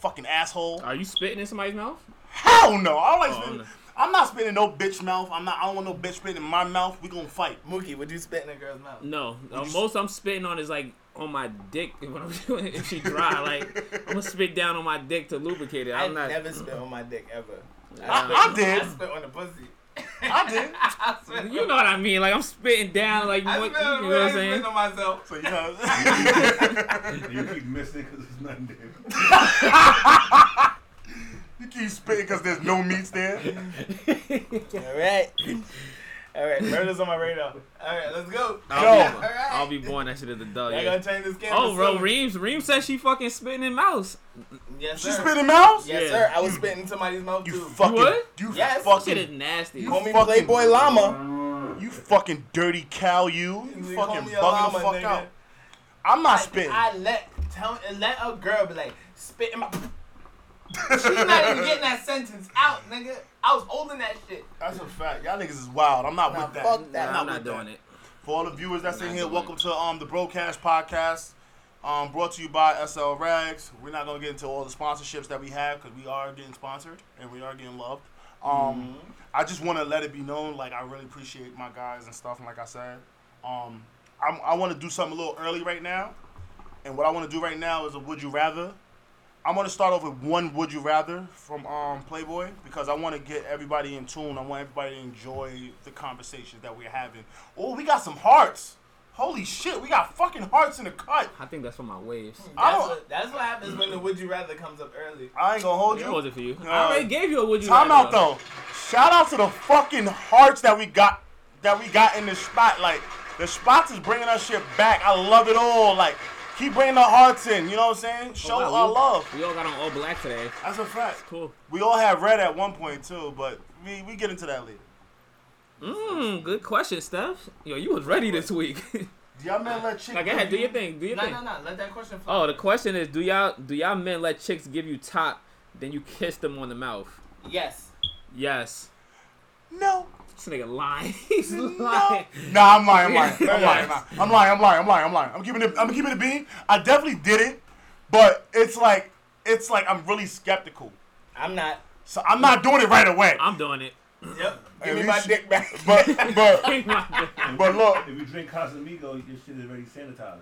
Speaker 1: Fucking asshole.
Speaker 2: Are you spitting in somebody's mouth?
Speaker 1: Hell no. I don't like
Speaker 2: Oh,
Speaker 1: spitting.
Speaker 2: no.
Speaker 1: I'm not spitting no bitch mouth. I'm not. I don't want no bitch spitting in my mouth. We gonna fight.
Speaker 3: Mookie, would you spit in a girl's mouth?
Speaker 2: No. Uh, most I'm spitting on is like on my dick when I'm (laughs) doing if she dry. like I'm gonna spit down on my dick to lubricate it.
Speaker 3: I
Speaker 2: I'm not.
Speaker 3: never spit on my dick ever.
Speaker 1: I, I
Speaker 2: uh,
Speaker 1: did.
Speaker 3: I spit on the pussy.
Speaker 1: I did.
Speaker 3: I
Speaker 2: (laughs)
Speaker 3: spit.
Speaker 2: you know what I mean? Like I'm spitting down. Like
Speaker 3: I
Speaker 2: what,
Speaker 3: spit,
Speaker 2: you know what
Speaker 3: I
Speaker 2: I'm
Speaker 3: spit
Speaker 2: saying?
Speaker 3: on myself.
Speaker 1: So you know,
Speaker 4: You keep missing because it's nothing there.
Speaker 1: (laughs) you keep spitting because there's no meats there.
Speaker 3: (laughs) All right. All right, murder's on my radar. All right, let's go.
Speaker 2: I'll,
Speaker 1: Yo.
Speaker 2: be, I'll be born. That shit is a dog.
Speaker 3: They're
Speaker 2: Oh, Yeah.
Speaker 3: gonna change this game.
Speaker 2: Oh, bro, Reems. Reems said she fucking spitting in mouse.
Speaker 3: Yes,
Speaker 1: She
Speaker 3: sir.
Speaker 1: spitting mouths.
Speaker 3: Yes,
Speaker 2: Yeah.
Speaker 3: sir. I was spitting in somebody's mouth
Speaker 1: You
Speaker 3: too.
Speaker 1: fucking. You,
Speaker 2: what?
Speaker 3: Yes.
Speaker 2: Shit is
Speaker 1: fucking.
Speaker 2: nasty.
Speaker 1: You
Speaker 3: Call me
Speaker 1: fucking-
Speaker 3: Playboy Llama.
Speaker 1: You fucking dirty cow. You. You
Speaker 3: They call
Speaker 1: fucking
Speaker 3: me
Speaker 1: bugging
Speaker 3: a
Speaker 1: the
Speaker 3: llama,
Speaker 1: fuck
Speaker 3: nigga.
Speaker 1: out. I'm not spitting.
Speaker 3: I let tell let a girl be like spit in my. (laughs) She's not (laughs) even getting that sentence out, nigga. I was holding that shit.
Speaker 1: That's a fact. Y'all niggas is wild. I'm not
Speaker 3: Nah,
Speaker 1: with that.
Speaker 3: fuck that.
Speaker 2: Nah,
Speaker 1: not
Speaker 2: I'm not
Speaker 1: with
Speaker 2: doing
Speaker 1: that.
Speaker 2: it.
Speaker 1: For all the viewers that's
Speaker 2: Nah,
Speaker 1: in here,
Speaker 2: don't
Speaker 1: welcome
Speaker 2: worry.
Speaker 1: to um the Broadcast Podcast, um brought to you by SL Rags. We're not gonna get into all the sponsorships that we have because we are getting sponsored and we are getting loved. Um, I just want to let it be known, like I really appreciate my guys and stuff. and Like I said, um, I'm, I want to do something a little early right now, and what I want to do right now is a Would You Rather. I'm gonna start off with one Would You Rather from um, Playboy because I want to get everybody in tune. I want everybody to enjoy the conversations that we're having. Oh, we got some hearts. Holy shit, we got fucking hearts in the cut.
Speaker 2: I think that's for my waves.
Speaker 1: I
Speaker 3: That's
Speaker 1: don't-
Speaker 3: what, that's what happens when the would you rather comes up early.
Speaker 1: I ain't gonna hold
Speaker 2: It
Speaker 1: you.
Speaker 2: wasn't for you.
Speaker 1: Uh,
Speaker 2: I already gave you a would you
Speaker 1: Time
Speaker 2: rather,
Speaker 1: out though. Shout out to the fucking hearts that we got that we got in the spot. Like the spots is bringing our shit back. I love it all. Like keep bringing the hearts in. You know what I'm saying? Show
Speaker 2: Oh, wow,
Speaker 1: our
Speaker 2: we-
Speaker 1: love.
Speaker 2: We all got on all black today.
Speaker 1: That's a fact.
Speaker 2: Cool.
Speaker 1: We all had red at one point too, but we, we get into that later.
Speaker 2: Mmm, good question, Steph. Yo, you was ready this week. (laughs)
Speaker 1: Do y'all men let chick?
Speaker 2: like, go ahead, do your thing. Do your
Speaker 3: No,
Speaker 2: thing.
Speaker 3: no, no. Let that question
Speaker 2: Oh,
Speaker 3: flow.
Speaker 2: the question is, do y'all do y'all men let chicks give you top, then you kiss them on the mouth?
Speaker 3: yes.
Speaker 2: Yes.
Speaker 1: No.
Speaker 2: This nigga lying. (laughs) He's
Speaker 1: No.
Speaker 2: lying.
Speaker 1: Nah, I'm lying. I'm lying. I'm
Speaker 2: Yeah.
Speaker 1: lying. I'm lying. I'm lying. I'm lying. I'm lying. I'm keeping it. I'm keeping it being. I definitely did it, but it's like it's like I'm really skeptical.
Speaker 3: I'm not.
Speaker 1: So I'm not doing it right away.
Speaker 2: I'm doing it. (laughs)
Speaker 3: Yep. Give
Speaker 1: At
Speaker 3: me my
Speaker 1: least-
Speaker 3: dick (laughs) back.
Speaker 1: But but but look,
Speaker 4: If you drink Casamigo, your shit is already sanitized.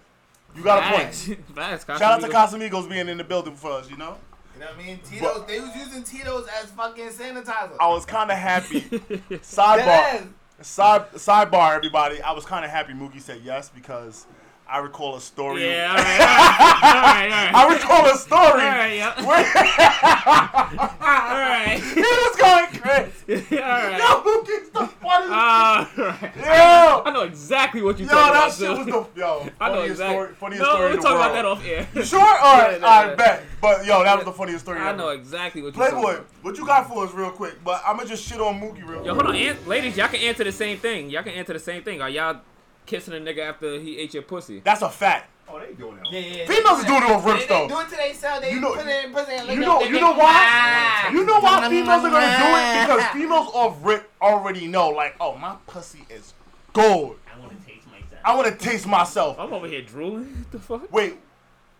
Speaker 1: you got a
Speaker 2: Facts.
Speaker 1: point.
Speaker 2: Facts.
Speaker 1: Shout out to
Speaker 2: Casamigos.
Speaker 1: Casamigos being in the building for us. You know,
Speaker 3: You know what I mean? Tito's. they was using Tito's as fucking sanitizer.
Speaker 1: I was kind of
Speaker 2: (laughs)
Speaker 1: happy.
Speaker 3: Yes.
Speaker 1: Sidebar. Side, sidebar, everybody. I was kind of happy Mookie said yes because I recall a story.
Speaker 2: Yeah, all right, all right, all right, (laughs) all
Speaker 1: I recall a story.
Speaker 2: right, yeah,
Speaker 1: Where
Speaker 2: all right,
Speaker 1: he was going crazy.
Speaker 2: (laughs) all right,
Speaker 1: Yo, who gets the funniest?
Speaker 2: all right.
Speaker 1: yo,
Speaker 2: I know exactly what you
Speaker 1: yo,
Speaker 2: (laughs) talking
Speaker 1: that
Speaker 2: about.
Speaker 1: shit
Speaker 2: too.
Speaker 1: was the yo funniest
Speaker 2: I know exactly.
Speaker 1: story. Funniest
Speaker 2: no,
Speaker 1: story
Speaker 2: we'll
Speaker 1: in the
Speaker 2: talk
Speaker 1: world.
Speaker 2: about that
Speaker 1: (laughs)
Speaker 2: off air.
Speaker 1: Sure, all right,
Speaker 2: Yeah, yeah,
Speaker 1: I
Speaker 2: yeah.
Speaker 1: bet. But yo, that was the funniest story.
Speaker 2: I
Speaker 1: ever.
Speaker 2: know exactly what you.
Speaker 1: Playboy, what you got for us, real quick? But I'm gonna just shit on Mookie real quick.
Speaker 2: Yo, hold on, an- ladies, y'all can answer the same thing. Y'all can answer the same thing. Are y'all kissing a nigga after he ate your pussy?
Speaker 1: That's a fact.
Speaker 4: Oh, they doing that.
Speaker 3: Yeah, yeah, yeah.
Speaker 1: Females are doing it on
Speaker 3: They-
Speaker 1: rips
Speaker 3: They
Speaker 1: though.
Speaker 3: do it to themselves. They
Speaker 1: You know-
Speaker 3: put it in pussy and lick
Speaker 1: You
Speaker 3: it.
Speaker 1: know,
Speaker 3: They
Speaker 1: you
Speaker 3: make-
Speaker 1: know why?
Speaker 3: Ah.
Speaker 1: You know why females are gonna do it because females off rip already know. Like, oh, my pussy is gold.
Speaker 4: I want to taste myself.
Speaker 1: I want to taste myself.
Speaker 2: I'm over here drooling. (laughs) What the fuck?
Speaker 1: Wait,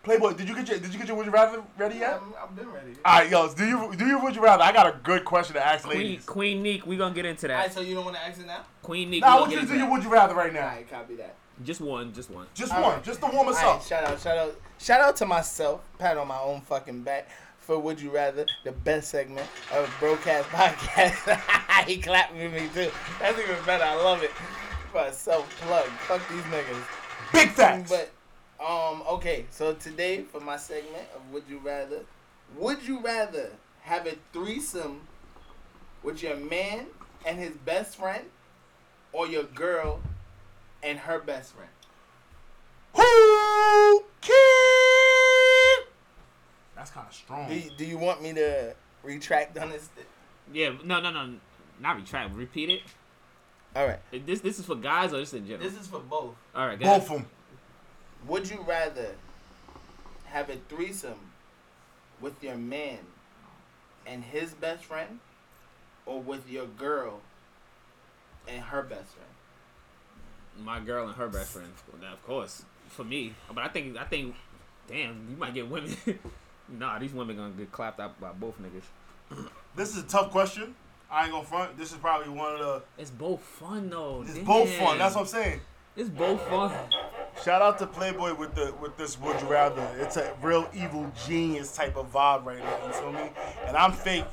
Speaker 1: Playboy, did you get your did you get your would you rather ready yet?
Speaker 3: I'm- I've been ready.
Speaker 1: All right, yo, do you do you would you rather? I got a good question to ask
Speaker 2: Queen,
Speaker 1: ladies.
Speaker 2: Queen Neek, we gonna get into
Speaker 3: All right,
Speaker 2: that.
Speaker 3: so you don't want to ask it now?
Speaker 2: Queen Neek,
Speaker 1: Now, I
Speaker 2: we
Speaker 1: want
Speaker 2: gonna
Speaker 1: you
Speaker 2: get
Speaker 1: to
Speaker 2: into
Speaker 1: do your would
Speaker 2: that.
Speaker 1: you rather right
Speaker 3: All
Speaker 1: now.
Speaker 3: right, copy that.
Speaker 2: Just one, just one.
Speaker 1: Just
Speaker 3: All
Speaker 1: one,
Speaker 3: right.
Speaker 1: just to warm us
Speaker 3: All right,
Speaker 1: up.
Speaker 3: shout out, shout out, shout out to myself. Pat on my own fucking back for Would You Rather, the best segment of Broadcast Podcast. (laughs) he clapped with me too. That's even better. I love it. But self plug. Fuck these niggas.
Speaker 1: Big facts.
Speaker 3: But um, okay. So today for my segment of Would You Rather, would you rather have a threesome with your man and his best friend, or your girl and her best friend?
Speaker 1: Who can? That's kind of
Speaker 3: Do
Speaker 1: strong.
Speaker 3: you, do you want me to retract on this?
Speaker 2: Yeah, no, no, no, not retract. Repeat it.
Speaker 3: All right.
Speaker 2: This, this is for guys or just in general.
Speaker 5: This is for both.
Speaker 2: All right, guys.
Speaker 1: Both of them.
Speaker 3: Would you rather have a threesome with your man and his best friend, or with your girl and her best friend?
Speaker 2: My girl and her best friend. Well, Of course. for me. But I think I think, damn, you might get women. (laughs) nah, these women gonna get clapped out by both niggas.
Speaker 1: This is a tough question. I ain't gonna front. This is probably one of the.
Speaker 2: It's both fun though.
Speaker 1: It's
Speaker 2: damn.
Speaker 1: both fun. That's what I'm saying.
Speaker 2: It's both fun.
Speaker 1: Shout out to Playboy with the with this Would You Rather. It's a real evil genius type of vibe right now. You feel me? And I'm fake.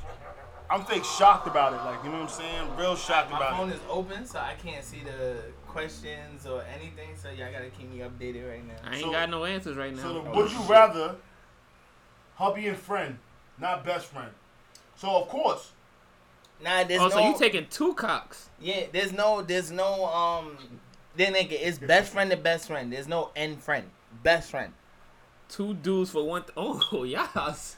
Speaker 1: I'm fake shocked about it. Like you know what I'm saying? Real shocked
Speaker 3: My
Speaker 1: about
Speaker 3: phone
Speaker 1: it.
Speaker 3: is open, so I can't see the questions or anything. So y'all gotta keep me updated right now.
Speaker 2: I ain't
Speaker 1: So-
Speaker 2: got no answers right now.
Speaker 1: So the
Speaker 2: Oh,
Speaker 1: Would You
Speaker 2: shit.
Speaker 1: Rather, hubby and friend, not best friend. So of course,
Speaker 3: Nah, there's
Speaker 2: Oh,
Speaker 3: no.
Speaker 2: so you taking two cocks?
Speaker 3: yeah, there's no, there's no. Um, then nigga, it's best friend to best friend. There's no end friend. Best friend.
Speaker 2: Two dudes for one. Th- oh, (laughs) yes.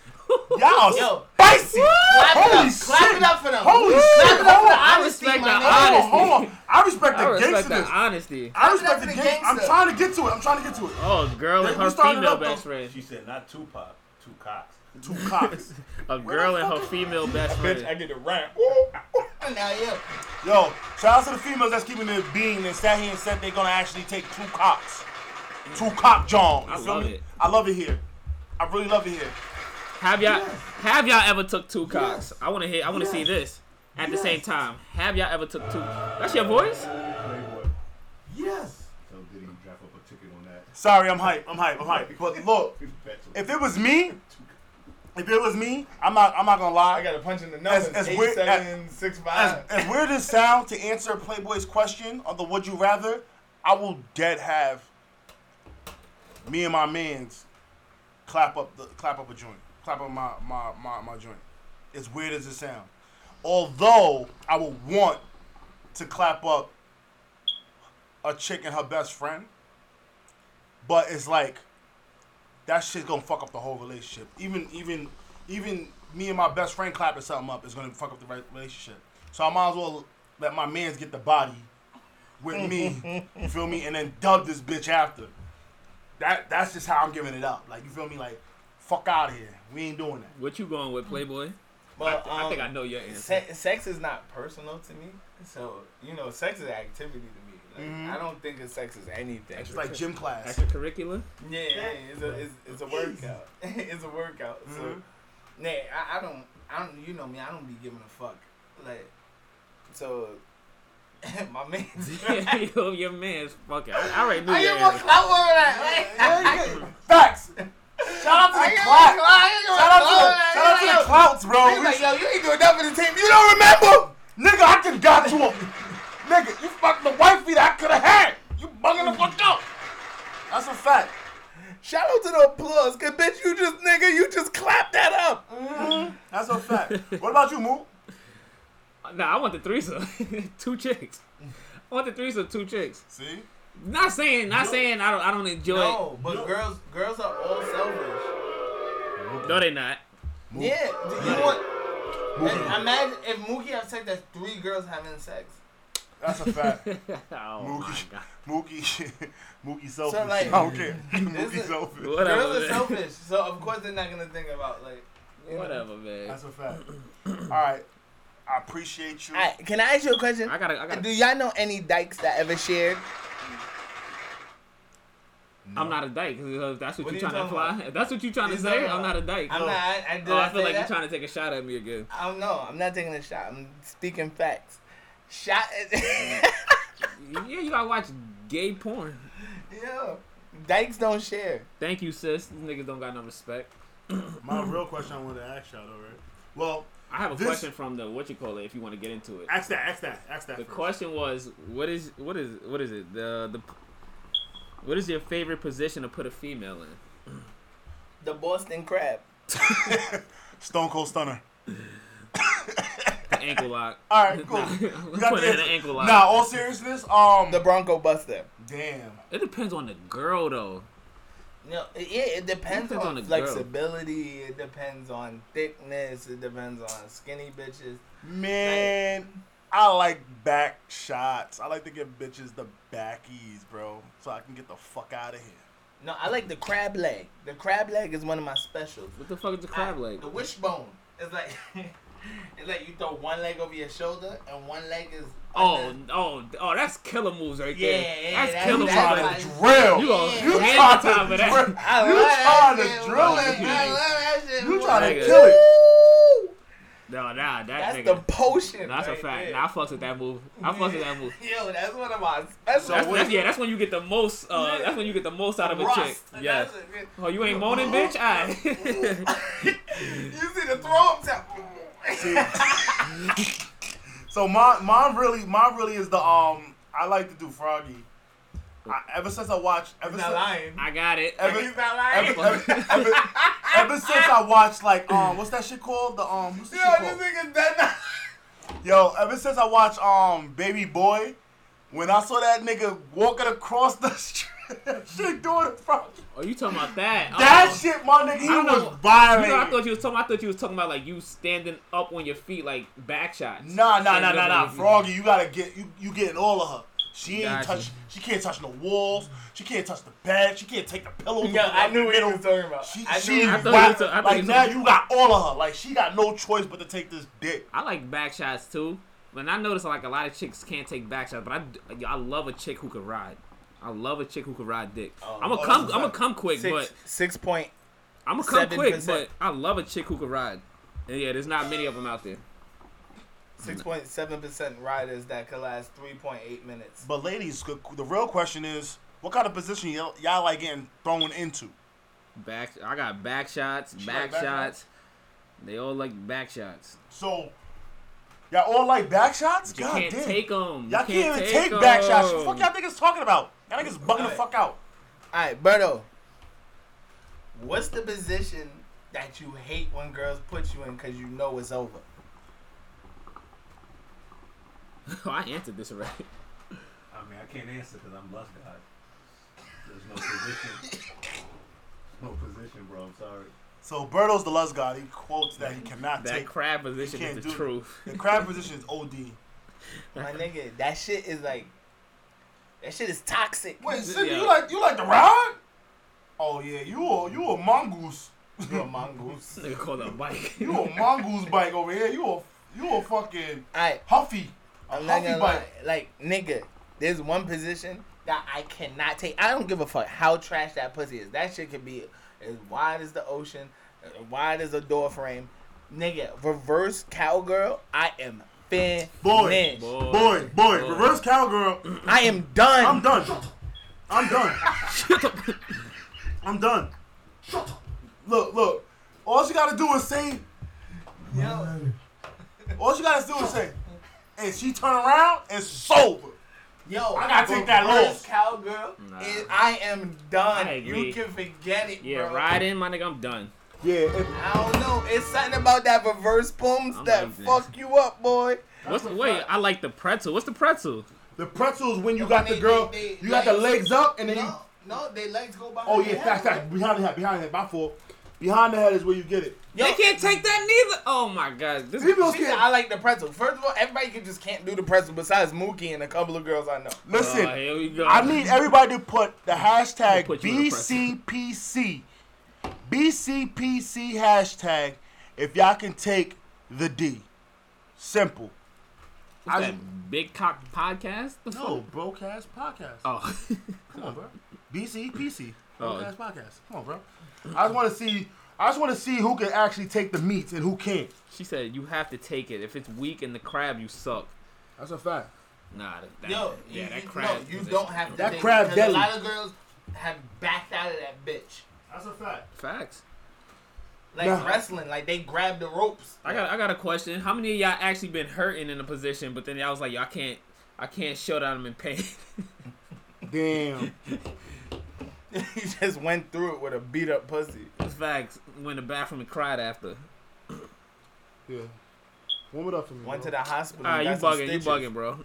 Speaker 1: y'all
Speaker 3: Yo.
Speaker 1: spicy.
Speaker 3: Clap it
Speaker 1: Holy
Speaker 3: up.
Speaker 1: shit.
Speaker 3: Clap it up for them.
Speaker 1: Holy
Speaker 3: Clap
Speaker 1: shit.
Speaker 3: it up for
Speaker 1: Hold
Speaker 3: the
Speaker 1: on.
Speaker 2: I
Speaker 3: honesty,
Speaker 2: respect
Speaker 3: my
Speaker 2: the
Speaker 3: nigga.
Speaker 1: Hold on,
Speaker 2: honesty.
Speaker 1: hold on. I respect
Speaker 2: I
Speaker 1: the
Speaker 2: respect the
Speaker 1: gangsterness.
Speaker 2: honesty.
Speaker 1: I
Speaker 3: Clap it up
Speaker 1: respect the
Speaker 3: for the
Speaker 1: gang. I'm
Speaker 3: gangster.
Speaker 1: trying to get to it. I'm trying to get to it.
Speaker 2: Oh, a girl and
Speaker 1: We
Speaker 2: her
Speaker 1: started
Speaker 2: female
Speaker 1: up, though.
Speaker 2: best friend.
Speaker 4: She said not Tupac, two cocks.
Speaker 1: Two cocks.
Speaker 2: A girl and her female best friend.
Speaker 4: did a rap.
Speaker 3: Now, yeah.
Speaker 1: Yo, shout out to the females that's keeping it being and sat here and said they're gonna actually take two cops. Two cop John. You
Speaker 2: I
Speaker 1: feel
Speaker 2: love
Speaker 1: me?
Speaker 2: it.
Speaker 1: I love it here. I really love it here.
Speaker 2: Have y'all have y'all ever took two cocks? I wanna hear. I wanna see this. At the same time, have y'all ever took two? That's your voice.
Speaker 4: Playboy.
Speaker 1: Yes.
Speaker 4: So did he drop up a ticket on that? (laughs)
Speaker 1: Sorry, I'm hype. I'm hype. I'm hype. But look, if it was me, if it was me, I'm not. I'm not gonna
Speaker 3: I
Speaker 1: lie.
Speaker 3: gotta punch in the
Speaker 1: As-
Speaker 3: numbers.
Speaker 1: as
Speaker 3: Eight,
Speaker 1: weird-
Speaker 3: seven, six,
Speaker 1: As,
Speaker 3: five.
Speaker 1: as weird as sound to answer Playboy's question on the Would You Rather, I will dead have me and my man's clap up the clap up a joint, clap up my my my, my joint. As weird as it sounds, although I will want to clap up a chick and her best friend, but it's like that shit's gonna fuck up the whole relationship. Even even even me and my best friend clapping something up is gonna fuck up the re- relationship. So I might as well let my man's get the body with me. you feel me? And then dub this bitch after. That that's just how I'm giving it up. Like you feel me? Like fuck out of here. We ain't doing that.
Speaker 2: What you going with, Playboy?
Speaker 3: But,
Speaker 2: I think
Speaker 3: um,
Speaker 2: I know your answer.
Speaker 3: Se- sex is not personal to me. So, you know, sex is activity to me. Like, I don't think of sex as anything.
Speaker 1: It's like gym class.
Speaker 2: Extracurricular.
Speaker 3: yeah, yeah, it's a, it's, it's a workout. (laughs) it's a workout. So,
Speaker 1: Mm-hmm.
Speaker 3: nah, I, I don't, I don't, you know me, I don't be giving a fuck. Like, so, (laughs)
Speaker 1: (laughs)
Speaker 3: my man.
Speaker 2: (laughs)
Speaker 3: (laughs)
Speaker 2: Yo, your man's fucking. I already knew
Speaker 3: I
Speaker 2: your
Speaker 3: get more
Speaker 2: answer.
Speaker 3: clout over
Speaker 1: (laughs)
Speaker 3: that. (laughs) Like,
Speaker 1: Facts. Shout out to
Speaker 3: I
Speaker 1: the
Speaker 3: get more
Speaker 1: clap.
Speaker 3: clout, I get more
Speaker 1: Shout out to the shout out
Speaker 3: clout over that.
Speaker 1: to
Speaker 3: Like,
Speaker 1: the clouts, bro.
Speaker 3: He's like, yo, you ain't doing nothing for the team. You don't
Speaker 1: remember? Nigga, I just got you a nigga. You fucked the wifey that I could have had. You bugging the fuck out. That's a fact.
Speaker 3: Shout out to the applause, cause bitch, you just nigga, you just clapped that up.
Speaker 1: Mm-hmm. That's a fact. what about you, Moo?
Speaker 2: Nah, I want the threesome, (laughs) two chicks. I want the threesome, two chicks.
Speaker 1: See,
Speaker 2: Not saying, not saying I don't, I don't enjoy.
Speaker 3: No, but girls, girls are all selfish.
Speaker 2: it. No, they not. (laughs)
Speaker 3: Yeah, do you want? Imagine if Mookie have sex, that's three girls having sex.
Speaker 1: that's a fact.
Speaker 3: (laughs)
Speaker 2: oh
Speaker 1: Mookie,
Speaker 2: my
Speaker 1: Mookie, (laughs) Mookie selfish.
Speaker 3: So, like-
Speaker 1: I don't care.
Speaker 3: This
Speaker 1: Mookie
Speaker 3: is-
Speaker 1: selfish.
Speaker 2: god. Whatever.
Speaker 3: Girls are
Speaker 2: man.
Speaker 3: selfish, so of course they're not gonna think about like. you know.
Speaker 2: Whatever, man.
Speaker 1: That's a
Speaker 3: (clears throat)
Speaker 1: fact. All right, I appreciate you.
Speaker 3: Alright, can I ask you a question?
Speaker 2: I gotta, I gotta.
Speaker 3: y'all know any dykes that ever shared?
Speaker 2: I'm not a dyke. If that's what,
Speaker 3: What
Speaker 2: you
Speaker 3: are you
Speaker 2: trying to
Speaker 3: talking
Speaker 2: imply.
Speaker 3: about?
Speaker 2: If that's what you trying to
Speaker 3: He's talking
Speaker 2: say, I'm
Speaker 3: about-
Speaker 2: not a dyke.
Speaker 3: I'm
Speaker 2: Oh.
Speaker 3: not. I, I, did
Speaker 2: oh, I feel like
Speaker 3: say
Speaker 2: you're
Speaker 3: that?
Speaker 2: trying to take a shot at me again.
Speaker 3: I don't know. I'm not taking a shot. I'm speaking facts. Shot.
Speaker 2: Yeah, you gotta watch gay porn.
Speaker 3: (laughs) Yo, dykes don't share.
Speaker 2: Thank you, sis. These niggas don't got no respect.
Speaker 1: My real question I wanted to ask y'all, though, right? Well,
Speaker 2: I have a
Speaker 1: This-
Speaker 2: question from the what you call it if you want to get into it.
Speaker 1: ask that, ask that, ask that.
Speaker 2: The
Speaker 1: first.
Speaker 2: question was, what is what is what is it? The the what is your favorite position to put a female in?
Speaker 3: The Boston crab.
Speaker 1: Stone Cold Stunner.
Speaker 2: The ankle lock. (laughs)
Speaker 1: All right, cool.
Speaker 2: Nah,
Speaker 1: You
Speaker 2: I'm
Speaker 1: got
Speaker 2: putting
Speaker 1: the
Speaker 2: in an
Speaker 1: answer.
Speaker 2: ankle lock.
Speaker 1: Nah, all seriousness, um,
Speaker 3: The Bronco Buster.
Speaker 1: damn.
Speaker 2: It depends on the girl though.
Speaker 3: No, it- yeah, it depends,
Speaker 2: Depends
Speaker 3: on,
Speaker 2: on the girl.
Speaker 3: flexibility. It depends on thickness. It depends on skinny bitches.
Speaker 1: Man, I like back shots. I like to give bitches the backies, bro, so I can get the fuck out of here.
Speaker 3: No, I like the crab leg. The crab leg is one of my specials.
Speaker 2: What the fuck is a crab
Speaker 3: I-
Speaker 2: leg?
Speaker 3: The wishbone. It's like (laughs) it's like you throw one leg over your shoulder and one leg is
Speaker 2: Oh,
Speaker 3: under-
Speaker 2: oh, oh, that's killer moves right
Speaker 3: Yeah,
Speaker 2: there.
Speaker 3: yeah,
Speaker 2: that's
Speaker 3: that-
Speaker 2: killer
Speaker 3: that's
Speaker 2: moves.
Speaker 1: trying
Speaker 3: like-
Speaker 1: to drill.
Speaker 2: You
Speaker 1: You,
Speaker 2: gonna
Speaker 3: You
Speaker 2: get
Speaker 1: trying
Speaker 2: on top
Speaker 1: to
Speaker 2: of
Speaker 1: drill.
Speaker 2: that.
Speaker 3: I
Speaker 1: You
Speaker 3: love that
Speaker 1: trying to
Speaker 3: shit,
Speaker 1: drill
Speaker 3: boy.
Speaker 1: it,
Speaker 3: I
Speaker 1: man.
Speaker 3: love that shit.
Speaker 1: You
Speaker 3: boy.
Speaker 1: trying to
Speaker 2: Nigga.
Speaker 1: kill it.
Speaker 2: No, nah, that
Speaker 3: That's
Speaker 2: nigga.
Speaker 3: the potion.
Speaker 2: Nah, that's a
Speaker 3: right
Speaker 2: fact.
Speaker 3: there.
Speaker 2: Nah, I fucks with that move. I fucks with that move.
Speaker 3: (laughs) Yo, that's one of my special.
Speaker 2: That's, that's- yeah, that's when you get the most. Uh, that's when you get the most out of a chick.
Speaker 3: Rust.
Speaker 2: Yes.
Speaker 3: That's it.
Speaker 2: Oh, you ain't moaning, bitch. I.
Speaker 3: You see the throw up tap. (laughs)
Speaker 1: So my mine really mine really is the um I like to do Froggy. I, ever since I watched ever
Speaker 3: He's
Speaker 1: since
Speaker 3: not lying.
Speaker 2: (laughs) I got it.
Speaker 1: Ever,
Speaker 3: He's not lying.
Speaker 1: ever, ever, ever, ever since I watched like um what's that shit called the um what's that
Speaker 3: Yo,
Speaker 1: shit
Speaker 3: this
Speaker 1: called?
Speaker 3: nigga dead now.
Speaker 1: Yo, ever since I watched um Baby Boy, when I saw that nigga walking across the (laughs) street, that shit doing it from
Speaker 2: Oh, you talking about that?
Speaker 1: that
Speaker 2: oh.
Speaker 1: shit, my nigga, he
Speaker 2: I know.
Speaker 1: was violent.
Speaker 2: You know, I thought you was talking. I thought you was talking about like you standing up on your feet, like back shots.
Speaker 1: Nah, nah,
Speaker 2: Standing
Speaker 1: nah,
Speaker 2: up
Speaker 1: nah,
Speaker 2: on
Speaker 1: nah.
Speaker 2: your feet.
Speaker 1: Froggy, you gotta get you you getting all of her. She ain't
Speaker 2: mm-hmm. Gotcha.
Speaker 1: touch. She can't touch no walls. She can't touch the bed. She can't take the pillow.
Speaker 3: Yo, I knew what he was talking about.
Speaker 1: She,
Speaker 3: I knew
Speaker 1: she
Speaker 2: I thought you
Speaker 1: whack-
Speaker 2: was- I
Speaker 1: like
Speaker 2: thought you was-
Speaker 1: now you got all of her. Like she got no choice but to take this dick.
Speaker 2: I like back shots too, but I notice like a lot of chicks can't take back shots. But I, d- I love a chick who can ride. I love a chick who can ride dick. I'm
Speaker 1: oh,
Speaker 2: a come.
Speaker 1: that's a
Speaker 2: I'm a
Speaker 1: fact.
Speaker 2: come quick, but
Speaker 3: Six, six point.
Speaker 2: I'm a come quick,
Speaker 3: 7%.
Speaker 2: but I love a chick who can ride. And yeah, there's not many of them out there.
Speaker 3: Six point seven percent riders that could last three point eight minutes.
Speaker 1: But ladies, good- the real question is, what kind of position y'all, y'all like getting thrown into?
Speaker 2: Back. I got back shots.
Speaker 1: like
Speaker 2: Back,
Speaker 1: back
Speaker 2: shots. They all like back shots.
Speaker 1: So y'all all like back shots?
Speaker 2: You
Speaker 1: God
Speaker 2: can't
Speaker 1: damn.
Speaker 2: take them.
Speaker 1: Y'all can't, even take, back shots. What the fuck y'all niggas talking about? Y'all niggas bugging the
Speaker 3: Alright.
Speaker 1: fuck out.
Speaker 3: All right, Berto. What's the position that you hate when girls put you in because you know it's over?
Speaker 2: (laughs) Oh, I answered
Speaker 1: (laughs)
Speaker 2: this already.
Speaker 4: I mean, I can't answer because I'm lust god. There's no position. no position, bro. I'm sorry.
Speaker 1: So Berto's the lust god. He quotes that he cannot
Speaker 2: That
Speaker 1: take.
Speaker 2: crab position
Speaker 1: can't
Speaker 2: is
Speaker 1: do
Speaker 2: the
Speaker 1: it.
Speaker 2: truth. (laughs)
Speaker 1: The crab position is OD.
Speaker 3: (laughs) My nigga, that shit is like, that shit is toxic.
Speaker 1: Wait,
Speaker 2: Yeah.
Speaker 1: Sid, you like you like the rod? Oh yeah, you a you a mongoose. (laughs)
Speaker 3: You a (laughs) mongoose.
Speaker 2: Nigga called a bike.
Speaker 1: You a mongoose bike over here. You a you a fucking
Speaker 3: Alright,
Speaker 1: huffy. A
Speaker 3: I'm not
Speaker 1: huffy
Speaker 3: gonna
Speaker 1: bike.
Speaker 3: lie. Like, nigga, there's one position that I cannot take. I don't give a fuck how trash that pussy is. That shit could be as wide as the ocean, as wide as a door frame. Nigga, reverse cowgirl, I am finished.
Speaker 1: Boy,
Speaker 2: (laughs) Boy.
Speaker 1: Boy, boy,
Speaker 2: Boy.
Speaker 1: reverse cowgirl.
Speaker 3: I am done.
Speaker 1: I'm done. I'm done. I'm done. Look, look. All you gotta do is say. All you gotta do is say. And she turn around, it's sober.
Speaker 3: Yo,
Speaker 1: I gotta take that
Speaker 3: reverse
Speaker 1: loss.
Speaker 3: Cowgirl,
Speaker 2: Nah.
Speaker 3: is, I am done.
Speaker 2: I agree.
Speaker 3: you can forget it,
Speaker 2: yeah,
Speaker 3: bro.
Speaker 2: ride in, my nigga. I'm done.
Speaker 1: Yeah. If,
Speaker 3: I don't know. It's something about that reverse booms
Speaker 2: I'm
Speaker 3: that
Speaker 2: like this.
Speaker 3: fuck you up, boy.
Speaker 2: What's the wait? I like the pretzel. What's the pretzel?
Speaker 1: the pretzel is when you
Speaker 3: When
Speaker 1: got the
Speaker 3: they-
Speaker 1: girl,
Speaker 3: they- they
Speaker 1: you got the
Speaker 3: legs-
Speaker 1: legs up, and then you.
Speaker 3: No, no, they legs go by.
Speaker 1: Oh yeah, fact, fact. Behind the head, behind the head. My fault. Behind the head is where you get it.
Speaker 3: Yo,
Speaker 2: they can't take that neither. Oh my god, this
Speaker 1: People
Speaker 3: she said, I like the pretzel. First of all, everybody can just can't do the pretzel besides Mookie and a couple of girls I know.
Speaker 1: Listen,
Speaker 2: Oh, here we go.
Speaker 1: I need everybody to put the hashtag
Speaker 2: Put you in the press.
Speaker 1: BCPC. BCPC hashtag if y'all can take the D. Simple.
Speaker 2: What's
Speaker 1: I-
Speaker 2: that big cock podcast. The
Speaker 1: No,
Speaker 2: fuck?
Speaker 1: broadcast podcast.
Speaker 2: Oh. (laughs)
Speaker 1: Come on, bro. BCPC.
Speaker 2: Oh.
Speaker 1: Broadcast podcast. Come on, bro. I just want to see. I just want to see who can actually take the meats and who can't.
Speaker 2: she said you have to take it. If it's weak in the crab, you suck.
Speaker 1: That's a fact.
Speaker 2: Nah, that, that,
Speaker 3: Yo,
Speaker 2: yeah,
Speaker 3: you,
Speaker 2: that
Speaker 3: you-
Speaker 2: crab.
Speaker 3: No, you
Speaker 2: position.
Speaker 3: don't have to.
Speaker 1: That
Speaker 3: take it,
Speaker 1: crab
Speaker 3: 'cause
Speaker 1: deadly.
Speaker 3: A lot of girls have backed out of that bitch.
Speaker 1: That's a fact.
Speaker 2: Facts.
Speaker 3: Like
Speaker 1: Nah.
Speaker 3: wrestling, like they grab the ropes.
Speaker 2: I
Speaker 3: (laughs)
Speaker 2: got I got a question. How many of y'all actually been hurting in a position, but then y'all was like, y'all can't I can't show that I'm in pain. (laughs)
Speaker 1: Damn.
Speaker 3: he just went through it with a beat up pussy.
Speaker 2: Facts. Went to the bathroom and cried after.
Speaker 1: Yeah. Warm it up for me.
Speaker 3: Went
Speaker 1: bro.
Speaker 3: to the hospital.
Speaker 2: Ah,
Speaker 3: and
Speaker 2: you
Speaker 3: got some
Speaker 2: bugging, you
Speaker 3: stitches.
Speaker 2: bugging, bro.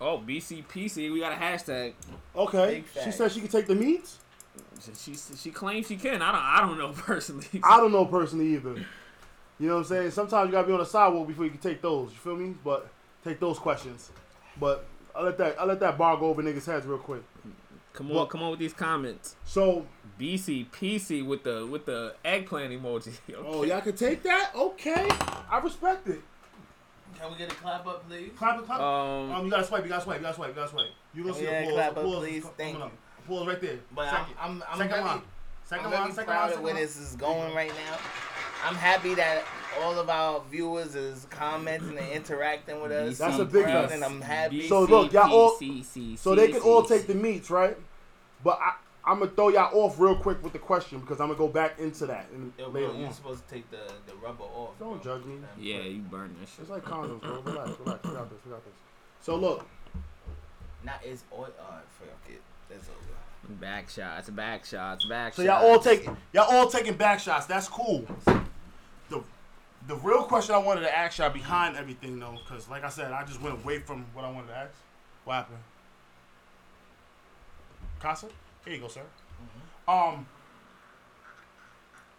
Speaker 2: Oh, BCPC, we got a hashtag.
Speaker 1: Okay.
Speaker 3: Big
Speaker 1: She
Speaker 3: facts.
Speaker 1: said she could take the meats.
Speaker 2: She she claims she can. I don't I don't know personally.
Speaker 1: I don't know personally either. You know what I'm saying? Sometimes you gotta be on the sidewalk before you can take those. You feel me? But take those questions. But I let that I let that bar go over niggas' heads real quick.
Speaker 2: Come on,
Speaker 1: Well-
Speaker 2: come on with these comments.
Speaker 1: So,
Speaker 2: BC PC with the with the eggplant emoji. Okay.
Speaker 1: oh, y'all can take that? Okay. I respect it.
Speaker 3: Can we get a clap up, please?
Speaker 1: Clap it, clap it.
Speaker 2: Um,
Speaker 1: Um, you gotta swipe, you gotta swipe, you gotta swipe, you gotta swipe. You gonna see
Speaker 3: Oh, Yeah,
Speaker 1: the pause.
Speaker 3: clap
Speaker 1: the
Speaker 3: up,
Speaker 1: pause
Speaker 3: please.
Speaker 1: is co-
Speaker 3: Thank
Speaker 1: coming up.
Speaker 3: you.
Speaker 1: Pause right there.
Speaker 3: But I'm,
Speaker 1: second
Speaker 3: I'm, I'm
Speaker 1: second
Speaker 3: very,
Speaker 1: round.
Speaker 3: I'm
Speaker 1: Second
Speaker 3: very
Speaker 1: round, second
Speaker 3: proud
Speaker 1: round,
Speaker 3: of
Speaker 1: second
Speaker 3: where
Speaker 1: round.
Speaker 3: this is going right now. I'm happy that all of our viewers is commenting and interacting with us.
Speaker 1: That's
Speaker 3: I'm
Speaker 1: a big
Speaker 3: proud
Speaker 1: one.
Speaker 3: and I'm happy.
Speaker 1: So look, y'all all-
Speaker 2: BCPCC.
Speaker 1: So they can all take the meats, right? But I, I'm gonna throw y'all off real quick with the question because I'm gonna go back into that and
Speaker 3: Yo,
Speaker 1: later
Speaker 3: bro,
Speaker 1: on.
Speaker 3: you're supposed to take the, the rubber off.
Speaker 1: Don't
Speaker 3: bro.
Speaker 1: judge me.
Speaker 2: Yeah, you burn that shit.
Speaker 1: It's like condoms, bro. Relax, relax. We got this. We got this. So look,
Speaker 3: Not it's oil. Alright, fuck it. That's over.
Speaker 2: Back shots, back shots, back
Speaker 1: so
Speaker 2: shots.
Speaker 1: y'all all take y'all all taking back shots. That's cool. The the real question I wanted to ask y'all behind everything though, because like I said, I just went away from what I wanted to ask. What happened? Casa, here you go, sir. Um,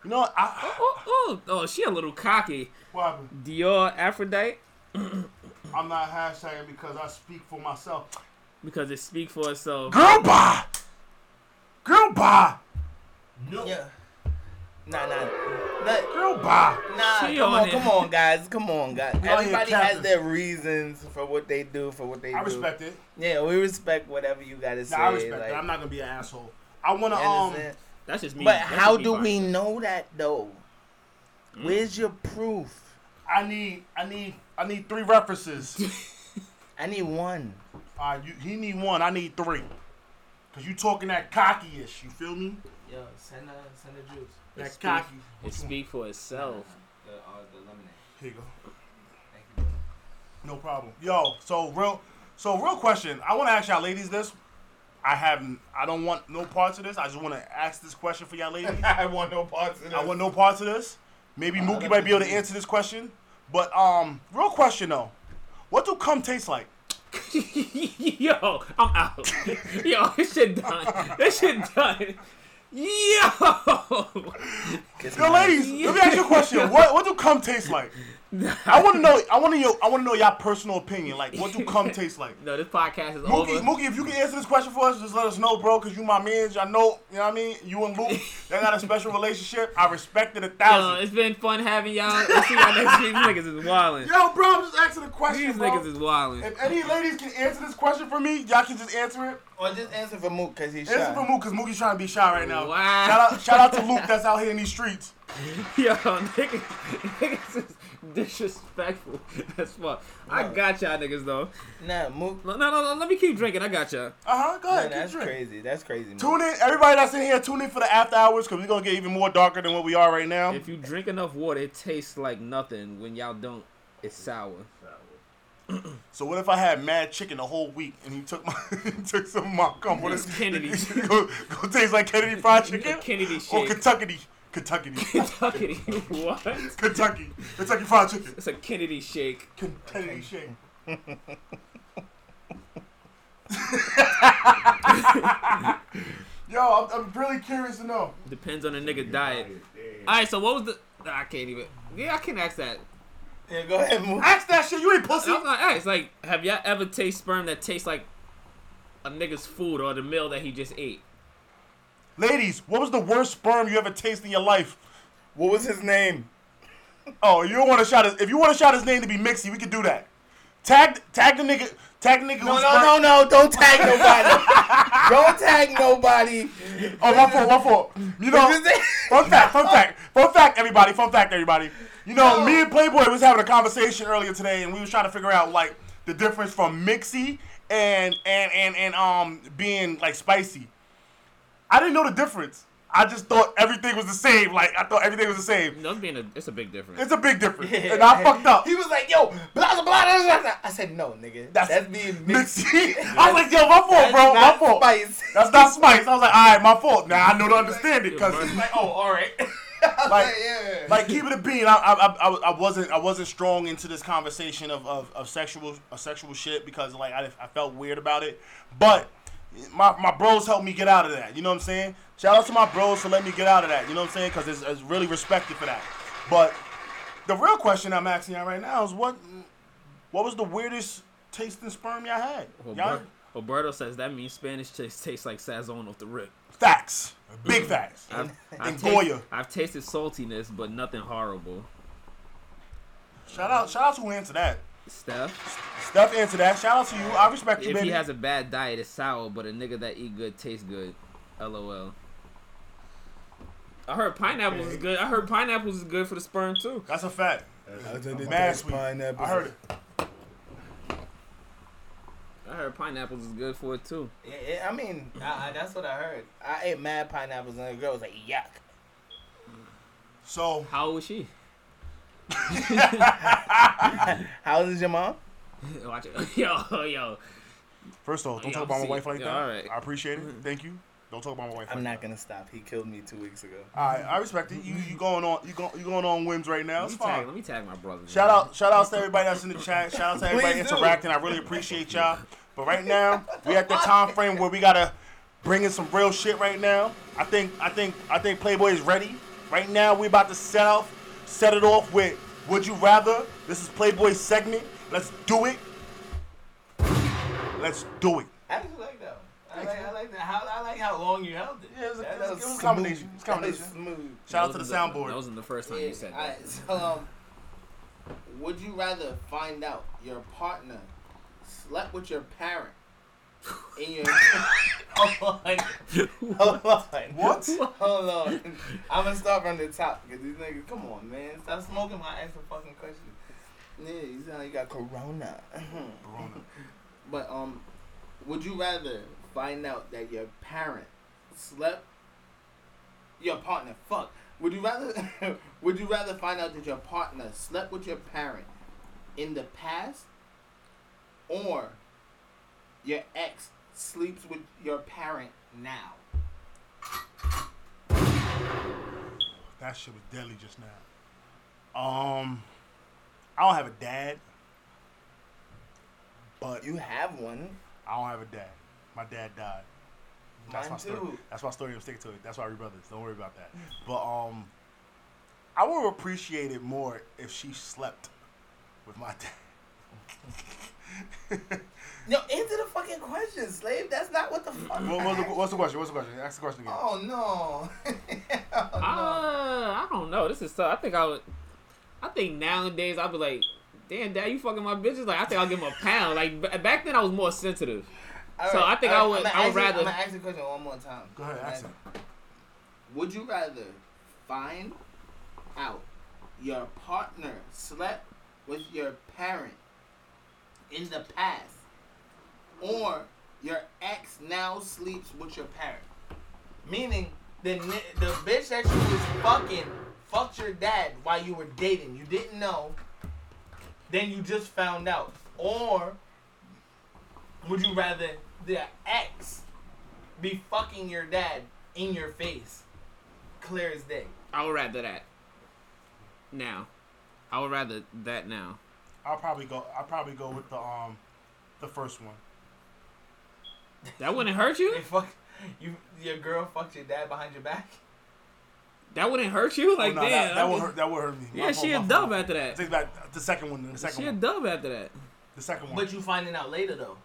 Speaker 1: you know what? I,
Speaker 2: Oh, oh, oh, she a little cocky.
Speaker 1: what happened?
Speaker 2: Dior Aphrodite,
Speaker 1: I'm not hashtagging because I speak for myself.
Speaker 2: because it speaks for itself.
Speaker 1: Girl, bye. Girl, bye.
Speaker 4: No.
Speaker 3: Yeah. Nah, nah. Nah,
Speaker 1: Girl, bye.
Speaker 3: Nah,
Speaker 2: She
Speaker 3: come
Speaker 2: on
Speaker 3: on,
Speaker 2: it.
Speaker 3: come on, guys, come on, guys.
Speaker 1: here
Speaker 3: Everybody has
Speaker 1: capping.
Speaker 3: their reasons for what they do, for what they
Speaker 1: I
Speaker 3: do.
Speaker 1: respect it.
Speaker 3: Yeah, we respect whatever you gotta say.
Speaker 1: Nah, I respect
Speaker 3: like,
Speaker 1: it. I'm not gonna be an asshole. I wanna
Speaker 3: you
Speaker 1: um.
Speaker 3: understand?
Speaker 2: That's just me.
Speaker 3: but
Speaker 2: That's
Speaker 3: how
Speaker 2: just me
Speaker 3: do
Speaker 2: fine.
Speaker 3: we know that though? Where's your proof?
Speaker 1: I need I need I need three
Speaker 3: (laughs)
Speaker 1: references.
Speaker 3: I need one.
Speaker 1: uh, you, he need one. I need three. Cause you talking that cockyish. You feel me?
Speaker 3: Yo, send the send the juice.
Speaker 1: That
Speaker 2: It speak-
Speaker 1: cocky.
Speaker 2: It speak for itself. (laughs)
Speaker 3: The uh, the lemonade.
Speaker 1: Here you go.
Speaker 3: Thank you.
Speaker 1: No problem. Yo, so real, so real question. I want to ask y'all ladies this. I haven't. I don't want no parts of this. I just want to ask this question for y'all ladies.
Speaker 3: (laughs) I want no parts of Uh,
Speaker 1: I want no parts of this. Maybe Mookie might be able to answer this question. But um, real question though, what do cum taste like?
Speaker 2: Yo, I'm out. (laughs) Yo, this shit done. This shit done. Yo,
Speaker 1: Yo, ladies, let me ask you a
Speaker 3: (laughs)
Speaker 1: question. What what do cum taste like? I want to know. I want to know. I want to know y'all personal opinion. Like, what do
Speaker 3: (laughs)
Speaker 1: cum taste like?
Speaker 2: no, this podcast is
Speaker 1: Mookie,
Speaker 2: over.
Speaker 1: Mookie, if you can answer this question for us, just let us know, bro, because you my man. I know, you know what I mean? You and Luke, they got a special relationship. I respect it a
Speaker 2: Yo,
Speaker 1: thousand.
Speaker 2: Uh, it's been fun having y'all. We'll see y'all next week. These niggas is wildin'.
Speaker 1: Yo, bro, I'm just asking a question,
Speaker 2: These
Speaker 1: bro.
Speaker 2: niggas is wildin'.
Speaker 1: If any ladies can answer this question for me, y'all can just answer it.
Speaker 3: Or just answer for Mook because he's
Speaker 1: Answer
Speaker 3: shy.
Speaker 1: for Mookie, because Mookie's trying to be shy right now.
Speaker 2: Wow.
Speaker 1: Shout, out, shout out to Luke that's out here in these streets.
Speaker 2: Yo, (laughs) niggas, niggas is disrespectful as fuck. I got y'all niggas though.
Speaker 3: Nah, Mook.
Speaker 2: No, no, no, let me keep drinking. I got y'all.
Speaker 1: Uh-huh, go
Speaker 3: Nah,
Speaker 1: ahead. keep
Speaker 3: that's
Speaker 1: drinking.
Speaker 3: crazy. That's crazy. Mook.
Speaker 1: Tune in, everybody that's in here, tune in for the after hours, because we're going to get even more darker than what we are right now.
Speaker 2: If you drink enough water, it tastes like nothing. When y'all don't, it's sour.
Speaker 1: So what if I had mad chicken the whole week and he took my (laughs) he took some of my cum? What
Speaker 2: It's
Speaker 1: is
Speaker 2: Kennedy.
Speaker 1: (laughs) go, go taste like Kennedy fried chicken
Speaker 2: Kennedy
Speaker 1: or
Speaker 2: shake.
Speaker 1: Kentucky?
Speaker 2: (laughs)
Speaker 1: Kentucky,
Speaker 2: Kentucky. what?
Speaker 1: Kentucky, Kentucky fried chicken,
Speaker 2: It's a Kennedy shake.
Speaker 1: Kentucky shake. Yo, I'm, I'm really curious to know.
Speaker 2: Depends on the nigga diet.
Speaker 4: Damn.
Speaker 2: All right, so what was the? Nah, I can't even. Yeah, I can ask that.
Speaker 3: Yeah, go ahead, Mook.
Speaker 1: Ask that shit. You ain't pussy.
Speaker 2: I was gonna ask, like, have y'all ever taste sperm that tastes like a nigga's food or the meal that he just ate?
Speaker 1: Ladies, what was the worst sperm you ever tasted in your life?
Speaker 3: What was his name?
Speaker 1: Oh, you don't want to shout his. If you want to shout his name to be Mixy, we can do that. Tag, tag the nigga, tag the nigga.
Speaker 3: No, no, no, no! Don't (laughs) tag nobody. don't tag nobody.
Speaker 1: Oh, my fault, my fault. You
Speaker 3: (laughs)
Speaker 1: know, fun fact, fun fact, fun fact, everybody, fun fact, everybody. You know,
Speaker 3: No.
Speaker 1: me and Playboy was having a conversation earlier today, and we was trying to figure out like the difference from mixy and and and and um being like spicy. I didn't know the difference. I just thought everything was the same. Like I thought everything was the same.
Speaker 2: No, it's being a, it's a big difference.
Speaker 1: It's a big
Speaker 3: (laughs)
Speaker 1: difference, and I fucked up.
Speaker 3: He was like, "Yo, blah blah blah blah." blah. I said, "No, nigga, that's,
Speaker 1: That's-
Speaker 3: being (laughs) mixed.
Speaker 1: Mixy. I was like, yo, my fault,
Speaker 3: That's
Speaker 1: bro. My
Speaker 3: not
Speaker 1: fault.
Speaker 3: (laughs) spice.
Speaker 1: That's not spice. I was like, all right, my fault. Now I know to understand it because
Speaker 2: It's
Speaker 3: like, oh, all right.
Speaker 1: like,
Speaker 3: yeah.
Speaker 1: like keep it a bean. I, I, I, I wasn't I wasn't strong into this conversation of, of, of sexual of sexual shit because like I, I felt weird about it. But my, my bros helped me get out of that. You know what I'm saying? Shout out to my bros for letting me get out of that. You know what I'm saying? Because it's, it's really respected for that. But the real question I'm asking y'all right now is what what was the weirdest tasting sperm y'all had?
Speaker 2: Well,
Speaker 1: Y'all,
Speaker 2: Buck- Roberto says that means Spanish chicks taste like sazon off the rip.
Speaker 1: Facts. Big facts.
Speaker 2: I've,
Speaker 1: (laughs) And
Speaker 2: I've,
Speaker 1: Goya.
Speaker 2: tasted, I've tasted saltiness, but nothing horrible.
Speaker 1: Shout out, shout out to who answered that.
Speaker 2: Steph,
Speaker 1: Steph answered that. Shout out to you. I respect you,
Speaker 2: if he
Speaker 1: baby.
Speaker 2: has a bad diet, it's sour, but a nigga that eat good tastes good. LOL. I heard pineapples is good. I heard pineapples is good for the sperm too.
Speaker 1: That's a fact. Mad
Speaker 3: That's
Speaker 1: sweet. I heard it.
Speaker 2: I heard pineapples is good for it too.
Speaker 3: Yeah, yeah, I mean, I, I, that's what I heard. I ate mad pineapples and the girl was like, yuck.
Speaker 1: So
Speaker 2: How old was she? (laughs)
Speaker 3: How old is your mom?
Speaker 2: Watch it. (laughs) Yo, yo.
Speaker 1: first of all, don't
Speaker 2: Yeah,
Speaker 1: talk about my
Speaker 2: see,
Speaker 1: wife like
Speaker 2: yeah,
Speaker 1: that.
Speaker 2: alright. Mm-hmm.
Speaker 1: I appreciate it. Thank you. Don't talk about my wife.
Speaker 3: I'm
Speaker 1: like
Speaker 3: not gonna stop. He killed me two weeks ago.
Speaker 1: that. All right, I respect it. You you going on you going you going on whims right now.
Speaker 2: Let
Speaker 1: It's
Speaker 2: me, tag,
Speaker 1: fine.
Speaker 2: let me tag my brother.
Speaker 1: Shout out shout outs to everybody that's in the chat. Shout out to everybody
Speaker 3: Please do.
Speaker 1: interacting. I really appreciate y'all. But right now we at the time frame where we gotta bring in some real shit right now. I think I think I think Playboy is ready. Right now we about to set off set it off with Would You Rather? This is Playboy's segment. Let's do it. Let's do it.
Speaker 3: I actually like that one. I like, I like that. How, I like how long you held it.
Speaker 1: Yeah, it was a-
Speaker 3: That-
Speaker 1: it was a- it
Speaker 3: that
Speaker 1: was a
Speaker 3: smooth.
Speaker 1: combination. It was a
Speaker 3: That was
Speaker 1: combination.
Speaker 3: smooth.
Speaker 1: Shout out to the
Speaker 2: That wasn't
Speaker 1: soundboard.
Speaker 2: That wasn't the first time you said
Speaker 3: All
Speaker 2: that.
Speaker 3: right, so, um, would you rather find out your partner slept with your parent in (laughs) your? hold on,
Speaker 2: (laughs)
Speaker 3: hold on,
Speaker 1: What?
Speaker 3: hold on. I'm gonna start from the top because these niggas, come on, man, stop smoking my extra fucking question. Yeah, you sound like you got corona. (laughs) but um, would you rather find out that your parent slept your partner fuck would you rather (laughs) would you rather find out that your partner slept with your parent in the past or your ex sleeps with your parent now
Speaker 1: That shit was deadly just now. Um, I don't have a dad, but
Speaker 3: you have one
Speaker 1: I don't have a dad. My dad died. That's
Speaker 3: mine
Speaker 1: my story.
Speaker 3: too
Speaker 1: That's my story. I'm sticking to it. That's why we brothers. Don't worry about that. But um, I would appreciate it more if she slept with my dad.
Speaker 3: no answer the fucking question slave that's not what the fuck
Speaker 1: (laughs) what, what's, the, what's the question? What's the question? Ask the question again.
Speaker 3: oh no (laughs) oh,
Speaker 2: Uh,
Speaker 3: no.
Speaker 2: I don't know. This is tough. I think I would. I think nowadays I'd be like, "Damn, dad, you fucking my bitches." Like I think I'll give him a pound. Like b- back then I was more sensitive.
Speaker 3: All
Speaker 2: so I think I
Speaker 3: all
Speaker 2: would-
Speaker 3: I'ma
Speaker 2: I would
Speaker 3: ask
Speaker 2: rather-
Speaker 3: you- I'ma ask the question one more time
Speaker 1: Go ahead, ask him.
Speaker 3: Would you rather find out your partner slept with your parent in the past or your ex now sleeps with your parent? Meaning, the, ni- the bitch that you was fucking fucked your dad while you were dating. You didn't know. Then you just found out. Or would you rather the ex be fucking your dad in your face? Clear as day.
Speaker 2: I would rather that. Now, I would rather that now.
Speaker 1: I'll probably go. I'll probably go with the um, the first one.
Speaker 2: That wouldn't hurt you.
Speaker 3: They fuck you. Your girl fucked your dad behind your back.
Speaker 2: That wouldn't hurt you. Like
Speaker 1: no, Oh,
Speaker 2: damn.
Speaker 1: that, that
Speaker 2: I
Speaker 1: would
Speaker 2: just-
Speaker 1: hurt. That would hurt me.
Speaker 2: Yeah,
Speaker 1: My
Speaker 2: she a
Speaker 1: fault, my
Speaker 2: dub
Speaker 1: fault.
Speaker 2: after that.
Speaker 1: Take back the second one. The second
Speaker 2: She a
Speaker 1: one.
Speaker 2: dub after that.
Speaker 1: The second one.
Speaker 3: But you finding out later though.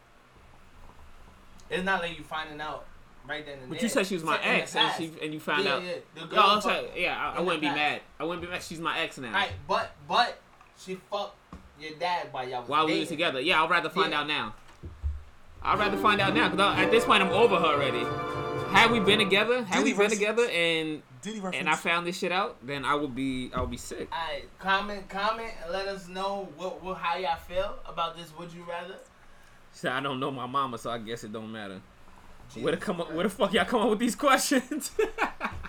Speaker 3: It's not like you finding out right then and
Speaker 2: But
Speaker 3: there.
Speaker 2: you said she was my
Speaker 3: It's in the
Speaker 2: ex, and
Speaker 3: past.
Speaker 2: she and you found
Speaker 3: yeah,
Speaker 2: out.
Speaker 3: Yeah, The
Speaker 2: No,
Speaker 3: girl
Speaker 2: I'm
Speaker 3: fucked-
Speaker 2: sorry. Yeah, I, I
Speaker 3: in the
Speaker 2: wouldn't be
Speaker 3: past.
Speaker 2: mad. I wouldn't be mad. She's my ex now.
Speaker 3: Alright, but but she fucked your dad while y'all was
Speaker 2: While we
Speaker 3: dating.
Speaker 2: were together. Yeah, I'd rather find
Speaker 3: Yeah.
Speaker 2: out now. I'd rather find out now because at this point I'm over her already. Had we been together, had
Speaker 1: Did he
Speaker 2: we been
Speaker 1: verse-
Speaker 2: together, and
Speaker 1: Did he reference?
Speaker 2: and I found this shit out, then I would be I would be sick.
Speaker 3: Alright, comment comment and let us know what, what how y'all feel about this. Would you rather?
Speaker 2: She said I don't know my mama, so I guess it don't matter. Where to
Speaker 3: Jesus
Speaker 2: come up?
Speaker 3: Christ.
Speaker 2: Where the fuck y'all come up with these (laughs) questions?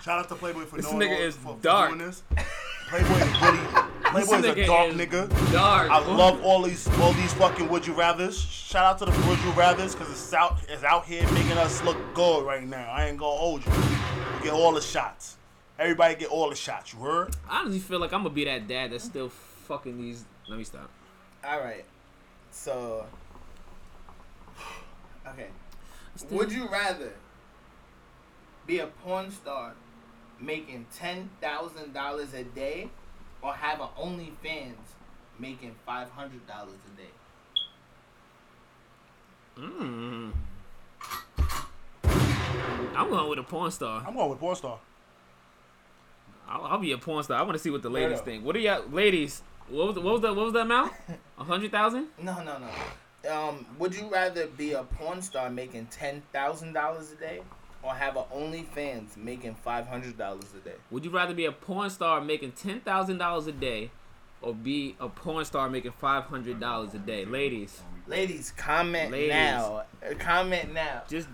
Speaker 1: Shout out to Playboy for
Speaker 2: This
Speaker 1: knowing
Speaker 2: nigga
Speaker 1: all-
Speaker 2: is
Speaker 1: for, for
Speaker 2: dark.
Speaker 1: doing this. Playboy is
Speaker 2: (laughs)
Speaker 1: really Playboy is a
Speaker 2: nigga
Speaker 1: dark
Speaker 2: is
Speaker 1: nigga.
Speaker 2: Dark.
Speaker 1: I love all these all these fucking would you rather's. Shout out to the would you rather's because it's out it's out here making us look good right now. I ain't gonna hold you. You get all the shots. Everybody get all the shots. You heard?
Speaker 2: I honestly feel like I'm gonna be that dad that's still fucking these. Let me stop.
Speaker 3: All right. So, (sighs) okay. Would you rather be a porn star making ten thousand dollars a day, or have an OnlyFans making five hundred dollars a day?
Speaker 2: Mm. I'm going with a porn star.
Speaker 1: I'm going with porn star.
Speaker 2: I'll, I'll be a porn star. I want to see what the ladies
Speaker 1: up.
Speaker 2: think. What do y'all, ladies? What was the, what was that? What was that amount? A hundred thousand?
Speaker 3: No, no, no. Um, would you rather be a porn star making ten thousand dollars a day, or have a OnlyFans making five hundred dollars a day?
Speaker 2: Would you rather be a porn star making ten thousand dollars a day, or be a porn star making five hundred dollars a day? Ladies,
Speaker 3: Ladies, comment
Speaker 2: Ladies.
Speaker 3: now. Uh, Comment now.
Speaker 2: just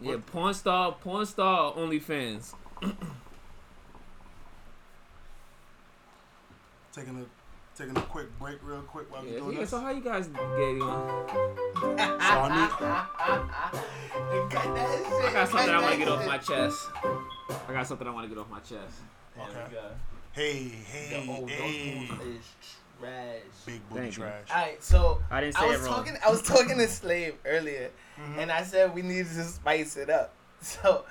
Speaker 2: yeah, porn star, porn star, or OnlyFans.
Speaker 1: Taking a taking a quick break, real quick, while
Speaker 2: Yeah,
Speaker 1: we're doing
Speaker 2: yeah,
Speaker 1: this.
Speaker 2: so Ah, how you guys get on?
Speaker 1: So I
Speaker 3: Cut that shit.
Speaker 2: I got something I want to
Speaker 3: that
Speaker 2: get off
Speaker 3: shit.
Speaker 2: my chest. I got something I want to get off my chest.
Speaker 1: need. Okay.
Speaker 3: Yeah.
Speaker 1: Hey,
Speaker 3: The
Speaker 1: hey,
Speaker 3: old
Speaker 1: hey.
Speaker 3: Those moves is trash.
Speaker 1: Big booty
Speaker 2: Thank you. Ah,
Speaker 1: trash.
Speaker 3: Alright, so
Speaker 2: I didn't say
Speaker 3: I was
Speaker 2: it wrong.
Speaker 3: talking I was talking to Slave earlier and I said we needed to spice it up. (laughs) So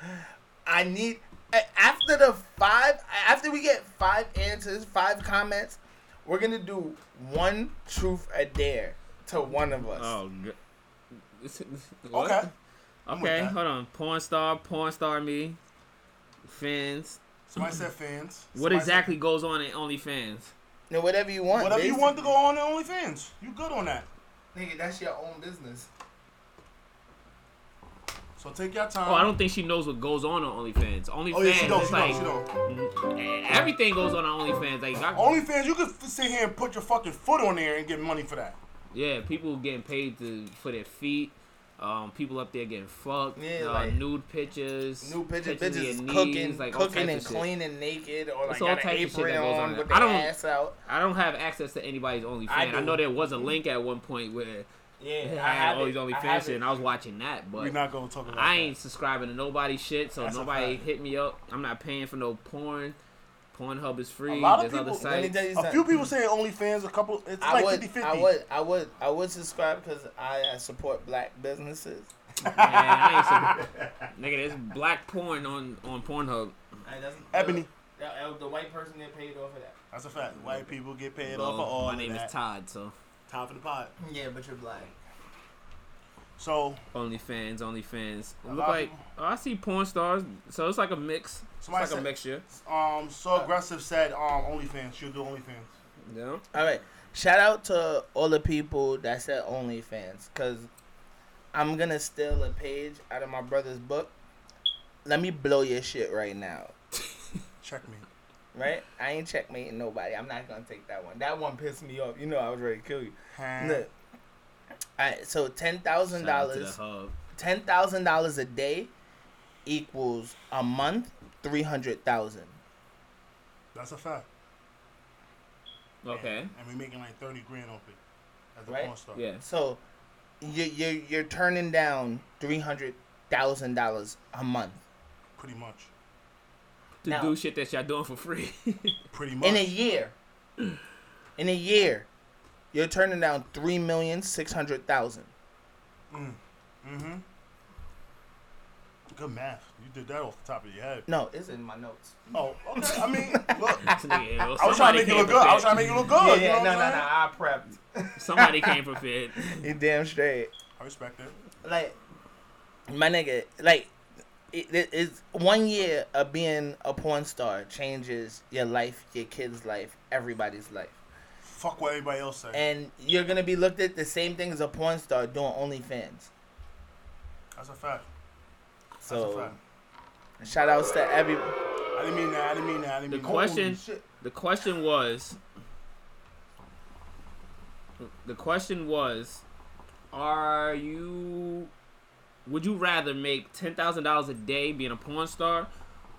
Speaker 3: I need a- after the five after we get five answers, five comments, we're gonna do one truth a dare to one of us.
Speaker 2: Oh, g- (laughs) What?
Speaker 1: Okay. I'm with
Speaker 2: Okay,
Speaker 1: that.
Speaker 2: hold on. Porn star, porn star me, fans.
Speaker 1: Somebody said fans.
Speaker 2: What
Speaker 1: Somebody said-
Speaker 2: exactly goes on in OnlyFans?
Speaker 3: Now whatever you want.
Speaker 1: Whatever you want to go on to OnlyFans, you good on that.
Speaker 3: basically. Nigga, that's your own business.
Speaker 1: So take your
Speaker 3: Um,
Speaker 1: time.
Speaker 2: Oh, I don't think she knows what goes on on OnlyFans. OnlyFans,
Speaker 1: Oh yeah, she don't.
Speaker 2: it's
Speaker 1: She
Speaker 2: like
Speaker 1: don't. She don't.
Speaker 2: everything goes on on OnlyFans. Like, I-
Speaker 1: OnlyFans, you can f- sit here and put your fucking foot on there and get money for that.
Speaker 2: yeah, people getting paid to for their feet. Um, people up there getting fucked.
Speaker 3: Yeah,
Speaker 2: uh,
Speaker 3: like-
Speaker 2: nude pictures.
Speaker 3: New pictures,
Speaker 2: of
Speaker 3: bitches
Speaker 2: your
Speaker 3: is
Speaker 2: knees,
Speaker 3: cooking,
Speaker 2: all
Speaker 3: cooking
Speaker 2: types
Speaker 3: and
Speaker 2: of shit.
Speaker 3: cleaning naked, or like
Speaker 2: all
Speaker 3: got an
Speaker 2: types of shit that
Speaker 3: apron
Speaker 2: goes on
Speaker 3: on
Speaker 2: there.
Speaker 3: with
Speaker 2: I
Speaker 3: their
Speaker 2: don't-
Speaker 3: ass out.
Speaker 2: I don't have access to anybody's OnlyFans.
Speaker 3: I
Speaker 2: I,
Speaker 3: do.
Speaker 2: know there was a link at one point where
Speaker 3: Yeah,
Speaker 2: it
Speaker 3: I
Speaker 2: had
Speaker 3: have
Speaker 2: all
Speaker 3: it.
Speaker 2: these
Speaker 3: I
Speaker 2: OnlyFans
Speaker 3: have
Speaker 2: shit,
Speaker 3: it.
Speaker 2: and I was watching that. But
Speaker 1: We're not gonna talk about.
Speaker 2: I
Speaker 1: that.
Speaker 2: ain't subscribing to nobody's shit, so
Speaker 1: That's a
Speaker 2: nobody
Speaker 1: fact.
Speaker 2: hit me up. I'm not paying for no porn. Pornhub is free.
Speaker 1: A lot
Speaker 2: There's
Speaker 1: of
Speaker 2: other
Speaker 1: people-
Speaker 3: Let me
Speaker 2: sites.
Speaker 3: tell you
Speaker 1: A
Speaker 3: something.
Speaker 1: few people say OnlyFans. A couple. It's
Speaker 3: I
Speaker 1: like
Speaker 3: would,
Speaker 1: 50-50.
Speaker 3: I would, I would, I would subscribe because I, I support black businesses.
Speaker 2: Man,
Speaker 1: (laughs)
Speaker 2: I ain't sub- Nigga, there's black porn on on Pornhub.
Speaker 1: Ebony.
Speaker 3: The, the white person get paid off of that.
Speaker 1: That's a fact. White people get paid
Speaker 2: Well,
Speaker 1: off for all
Speaker 2: my
Speaker 1: of
Speaker 2: name is
Speaker 1: that.
Speaker 2: Todd, so
Speaker 1: Time for the pot.
Speaker 3: Yeah, but you're black.
Speaker 1: So
Speaker 2: OnlyFans, OnlyFans. It
Speaker 1: A
Speaker 2: Look
Speaker 1: lot of
Speaker 2: like oh, I see porn stars, so it's like a mix. It's
Speaker 1: Somebody
Speaker 2: like a
Speaker 1: said-
Speaker 2: mixture.
Speaker 1: um, so
Speaker 3: Uh.
Speaker 1: aggressive said um OnlyFans. She'll do OnlyFans.
Speaker 2: Yeah.
Speaker 3: All right, shout out to all the people that said OnlyFans because I'm gonna steal a page out of my brother's book. Let me blow your shit right now.
Speaker 1: Check me.
Speaker 3: Right? I ain't checkmating nobody. I'm not gonna take that one. That one pissed me off. You know I was ready to kill you. Look. All right, so ten thousand
Speaker 2: Shout out to the
Speaker 3: dollars
Speaker 2: hub.
Speaker 3: ten thousand dollars a day equals a month three hundred thousand.
Speaker 1: That's a fact.
Speaker 2: Okay.
Speaker 1: And, and we're making like thirty grand off it as a
Speaker 3: Right?
Speaker 1: porn star.
Speaker 2: Yeah.
Speaker 3: So you you you're turning down three hundred thousand dollars a month
Speaker 1: Pretty much.
Speaker 2: To
Speaker 3: Now-
Speaker 2: do shit that y'all doing for free. (laughs)
Speaker 1: Pretty much.
Speaker 3: in a year. In a year, you're turning down three million six hundred thousand.
Speaker 1: Mm-hmm. Good math. You did that off the top of your head.
Speaker 3: No, it's in my notes.
Speaker 1: Oh, okay. I mean, (laughs) look.
Speaker 2: I
Speaker 1: I was trying to make you look good. I was trying to make you look good.
Speaker 3: yeah,
Speaker 1: Oh, you know
Speaker 3: yeah,
Speaker 1: what
Speaker 3: no,
Speaker 1: I'm
Speaker 3: no, no.
Speaker 1: saying?
Speaker 3: I prepped.
Speaker 2: Somebody
Speaker 1: (laughs)
Speaker 2: came prepared.
Speaker 3: You damn straight.
Speaker 1: I respect it.
Speaker 3: like my nigga, like it, it, it's one year of being a porn star changes your life, your kid's life, everybody's life,
Speaker 1: Fuck what anybody else say.
Speaker 3: and you're gonna be looked at the same thing as a porn star doing OnlyFans.
Speaker 1: That's a fact. That's a
Speaker 3: So
Speaker 1: fact.
Speaker 3: shout outs to every.
Speaker 1: I didn't mean that. I didn't mean that. I didn't
Speaker 2: The
Speaker 1: mean
Speaker 2: question,
Speaker 3: shit.
Speaker 2: the question was, the question was, are you, would you rather make ten thousand dollars a day being a porn star,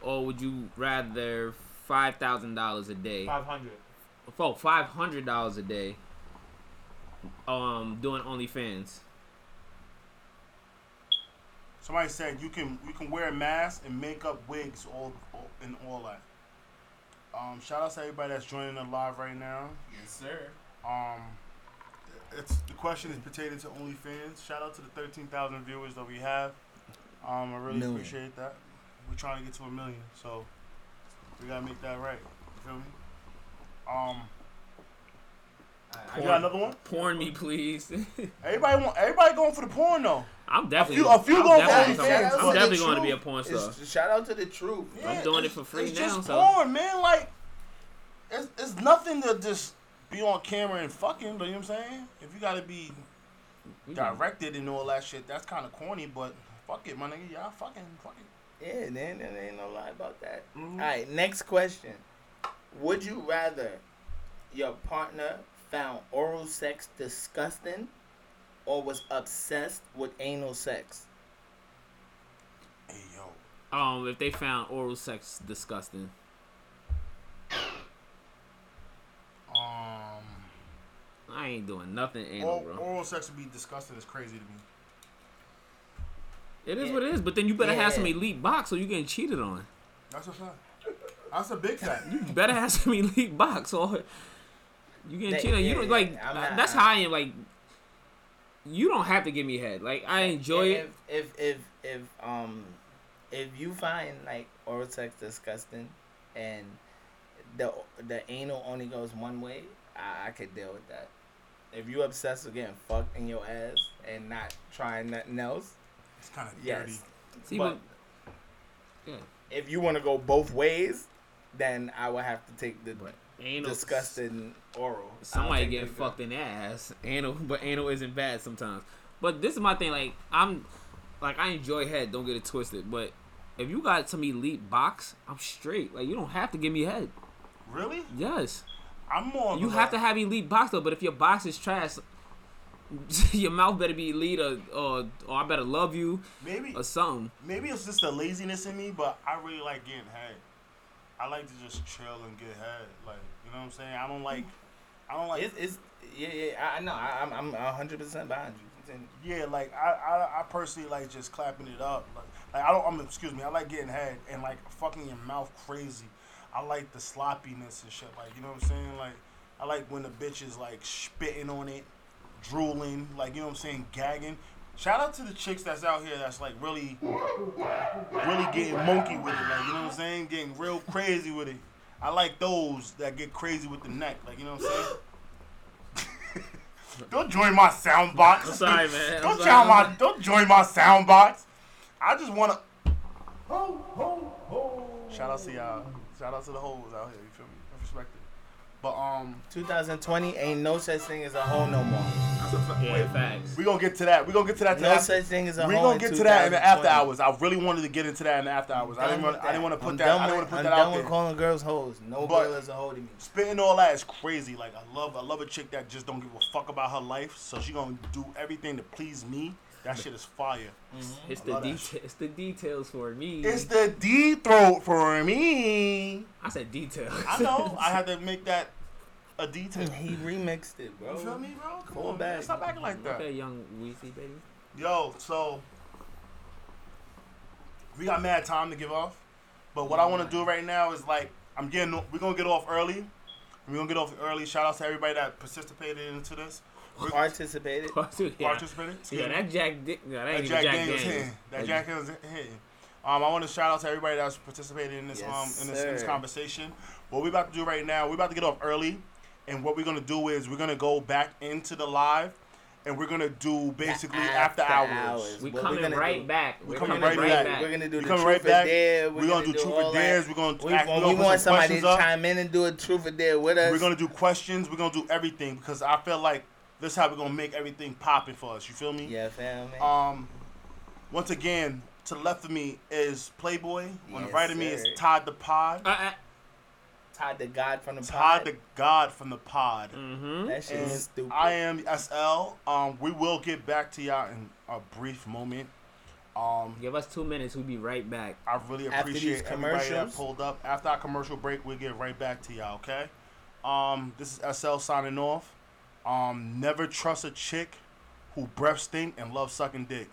Speaker 2: or would you rather five thousand dollars a day,
Speaker 5: Five hundred.
Speaker 2: oh, five hundred dollars a day, um, doing OnlyFans?
Speaker 1: that. Somebody said you can you can wear a mask and make up wigs all, all and all that. Um, shout out to everybody that's joining the live right now.
Speaker 3: Yes, sir.
Speaker 1: Um, it's the question is pertaining to OnlyFans. Shout out to the thirteen thousand viewers that we have. Um, I really
Speaker 3: Million.
Speaker 1: appreciate that. We're trying to get to a million, so we gotta make that right. You feel me? Um,
Speaker 2: I, I
Speaker 1: You got another one?
Speaker 2: Porn me, please. (laughs)
Speaker 1: Everybody want. Everybody going for the porn though.
Speaker 2: I'm definitely.
Speaker 1: few- a few
Speaker 2: I'm
Speaker 1: going
Speaker 2: definitely
Speaker 1: for
Speaker 2: going-
Speaker 1: OnlyFans,
Speaker 2: I'm
Speaker 1: but-
Speaker 2: definitely
Speaker 1: It's
Speaker 2: going to be
Speaker 1: true.
Speaker 2: a porn star.
Speaker 3: It's, shout out to the truth.
Speaker 2: I'm doing it for
Speaker 1: it's-
Speaker 2: free
Speaker 1: it's
Speaker 2: now,
Speaker 1: just
Speaker 2: so-
Speaker 1: porn, man. Like, it's it's nothing to just be on camera and fucking. But you know what I'm saying? If you gotta be
Speaker 2: We can-
Speaker 1: directed and all that shit, that's kind of corny. But fuck it, my nigga. Y'all fucking fucking.
Speaker 3: Yeah, then there ain't no lie about that.
Speaker 2: Mm-hmm.
Speaker 3: All right, next question. Would you rather your partner found oral sex disgusting or was obsessed with anal sex?
Speaker 1: Hey yo.
Speaker 2: Um, if they found oral sex disgusting,
Speaker 1: Um.
Speaker 2: I ain't doing nothing anal,
Speaker 1: Oral,
Speaker 2: bro.
Speaker 1: oral sex would be disgusting. It's crazy to me.
Speaker 2: It is what it is. But then you better have some
Speaker 3: Yeah.
Speaker 2: elite box, or you getting cheated on.
Speaker 1: That's a fact. That's a big
Speaker 2: (laughs)
Speaker 1: fact.
Speaker 2: You better have some elite box, or you getting
Speaker 3: Yeah,
Speaker 2: cheated. on. you
Speaker 3: yeah,
Speaker 2: don't
Speaker 3: yeah.
Speaker 2: like.
Speaker 3: I'm not-
Speaker 2: that's how I am. Like, you don't have to give me head. Like, I enjoy
Speaker 3: if,
Speaker 2: it.
Speaker 3: If, if if um if you find like oral sex disgusting and the the anal only goes one way, I, I could deal with that. If you obsessed with getting fucked in your ass and not trying nothing else,
Speaker 1: It's kind of
Speaker 3: yes.
Speaker 1: dirty.
Speaker 2: See,
Speaker 3: but
Speaker 2: what- yeah.
Speaker 3: if you want to go both ways, then I would have to take the
Speaker 2: Anal
Speaker 3: disgusting oral.
Speaker 2: Somebody getting fucked in the ass. Anal, (laughs) but anal isn't bad sometimes. But this is my thing. Like I'm, like I enjoy head. Don't get it twisted. But if you got some elite box, I'm straight. Like you don't have to give me head.
Speaker 1: Really?
Speaker 2: Yes,
Speaker 1: I'm more. of
Speaker 2: you
Speaker 1: a-
Speaker 2: have to have elite box though. But if your box is trash, (laughs) your mouth better be elite, or or, or I better love you,
Speaker 1: Maybe.
Speaker 2: or something.
Speaker 1: Maybe it's just the laziness in me, but I really like getting head. I like to just chill and get head. Like, you know what I'm saying? I don't like. I don't like.
Speaker 3: It's, it's yeah yeah I I know I, I'm I'm hundred percent behind you. Continue.
Speaker 1: yeah, like I, I, I personally like just clapping it up. Like, like I don't. I'm excuse me. I like getting head and like fucking your mouth crazy. I like the sloppiness and shit. Like, you know what I'm saying? Like, I like when the bitch is like spitting on it, drooling. Like, you know what I'm saying? Gagging. Shout out to the chicks that's out here that's like really, really getting monkey with it. Like, you know what I'm saying? Getting real crazy with it. I like those that get crazy with the neck. Like, you know what I'm saying?
Speaker 2: (laughs)
Speaker 1: Don't join my sound box.
Speaker 2: I'm
Speaker 1: (laughs)
Speaker 2: sorry, man. I'm
Speaker 1: don't
Speaker 2: sorry.
Speaker 1: join my don't join my sound box. I just wanna Shout out to y'all. Shout out to the hoes out here, you feel me? I respect it. But um
Speaker 3: 2020 ain't no such thing as a hole no more.
Speaker 1: that's a fa-
Speaker 2: Yeah,
Speaker 1: wait,
Speaker 2: facts.
Speaker 1: we gonna get to that. We gonna get to that. To
Speaker 3: No
Speaker 1: after-
Speaker 3: such thing as a
Speaker 1: We
Speaker 3: hole
Speaker 1: gonna
Speaker 3: in
Speaker 1: get to that in the after
Speaker 3: 2020.
Speaker 1: hours. I really wanted to get into that in the after hours. I didn't. Want, I didn't want to put
Speaker 3: I'm
Speaker 1: that.
Speaker 3: done
Speaker 1: I didn't
Speaker 3: with-
Speaker 1: want to put
Speaker 3: I'm
Speaker 1: that
Speaker 3: done
Speaker 1: out
Speaker 3: with
Speaker 1: there.
Speaker 3: calling girls hoes. No
Speaker 1: But-
Speaker 3: girl is a hoe to me.
Speaker 1: Spitting all that is crazy. Like I love, I love a chick that just don't give a fuck about her life. So she gonna do everything to please me. That shit is fire.
Speaker 3: Oh,
Speaker 2: It's
Speaker 1: I
Speaker 2: the
Speaker 1: love that
Speaker 2: details. It's the details for me.
Speaker 1: It's the D throat for me.
Speaker 2: I said details.
Speaker 1: I know. I had to make that a detail.
Speaker 3: He remixed it, bro.
Speaker 1: You feel me, bro? Come
Speaker 3: Full
Speaker 1: on, man.
Speaker 3: bag.
Speaker 1: Stop acting like that.
Speaker 2: (laughs) Okay, young Weezy baby. (laughs)
Speaker 1: Yo, so we got mad time to give off, but what I want to do right now is like I'm getting we're gonna get off early. We're gonna get off early. Shout out to everybody that participated into this. We're-
Speaker 3: Participated.
Speaker 2: yeah.
Speaker 1: participated. excuse
Speaker 2: Yeah,
Speaker 1: me.
Speaker 2: that Jack Dick. No, that
Speaker 1: That
Speaker 2: ain't
Speaker 1: Jack,
Speaker 2: even Jack
Speaker 1: Daniels,
Speaker 2: Daniels.
Speaker 1: hitting. That Jack Daniels hitting. Um, I want to shout out to everybody that's participating in this
Speaker 3: Yes,
Speaker 1: um in this, in this
Speaker 3: sir.
Speaker 1: conversation. What we're about to do right now, we're about to get off early, and what we're gonna do is we're gonna go back into the live, and we're gonna do basically after, hours.
Speaker 2: We
Speaker 3: What
Speaker 2: coming
Speaker 3: gonna
Speaker 2: right
Speaker 3: do-
Speaker 2: back. We
Speaker 1: We're
Speaker 2: coming,
Speaker 1: coming right
Speaker 2: right
Speaker 1: back.
Speaker 2: back.
Speaker 3: We're gonna do
Speaker 1: We
Speaker 3: the
Speaker 1: coming
Speaker 3: truth
Speaker 1: right
Speaker 3: or
Speaker 1: back.
Speaker 3: dare. We're,
Speaker 1: We're gonna
Speaker 3: gonna,
Speaker 1: do truth or
Speaker 3: all that.
Speaker 1: dares. We're gonna
Speaker 3: We,
Speaker 1: act-
Speaker 3: we
Speaker 1: we're gonna put
Speaker 3: want
Speaker 1: some
Speaker 3: somebody to
Speaker 1: questions up.
Speaker 3: chime in and do a truth or dare with us.
Speaker 1: We're gonna do questions. We're gonna do everything because I feel like this is how we're gonna make everything popping for us. You feel me?
Speaker 3: yeah, fam. man.
Speaker 1: Um, once again, to the left of me is Playboy. On the
Speaker 3: Yes,
Speaker 1: right of me is
Speaker 3: sir.
Speaker 1: Todd the Pod.
Speaker 2: Uh, uh,
Speaker 3: Todd the God from the
Speaker 1: Todd
Speaker 3: pod.
Speaker 1: the God from the Pod.
Speaker 2: mm-hmm.
Speaker 3: that shit
Speaker 1: And
Speaker 3: is stupid.
Speaker 1: I am SL. Um, we will get back to y'all in a brief moment. Um,
Speaker 2: Give us two minutes. We'll be right back.
Speaker 1: I really
Speaker 3: After
Speaker 1: appreciate
Speaker 3: these
Speaker 1: everybody that
Speaker 3: commercials.
Speaker 1: pulled up. After our commercial break, we'll get right back to y'all, okay? Um, this is SL signing off. Um, never trust a chick who breath stink and loves sucking dick.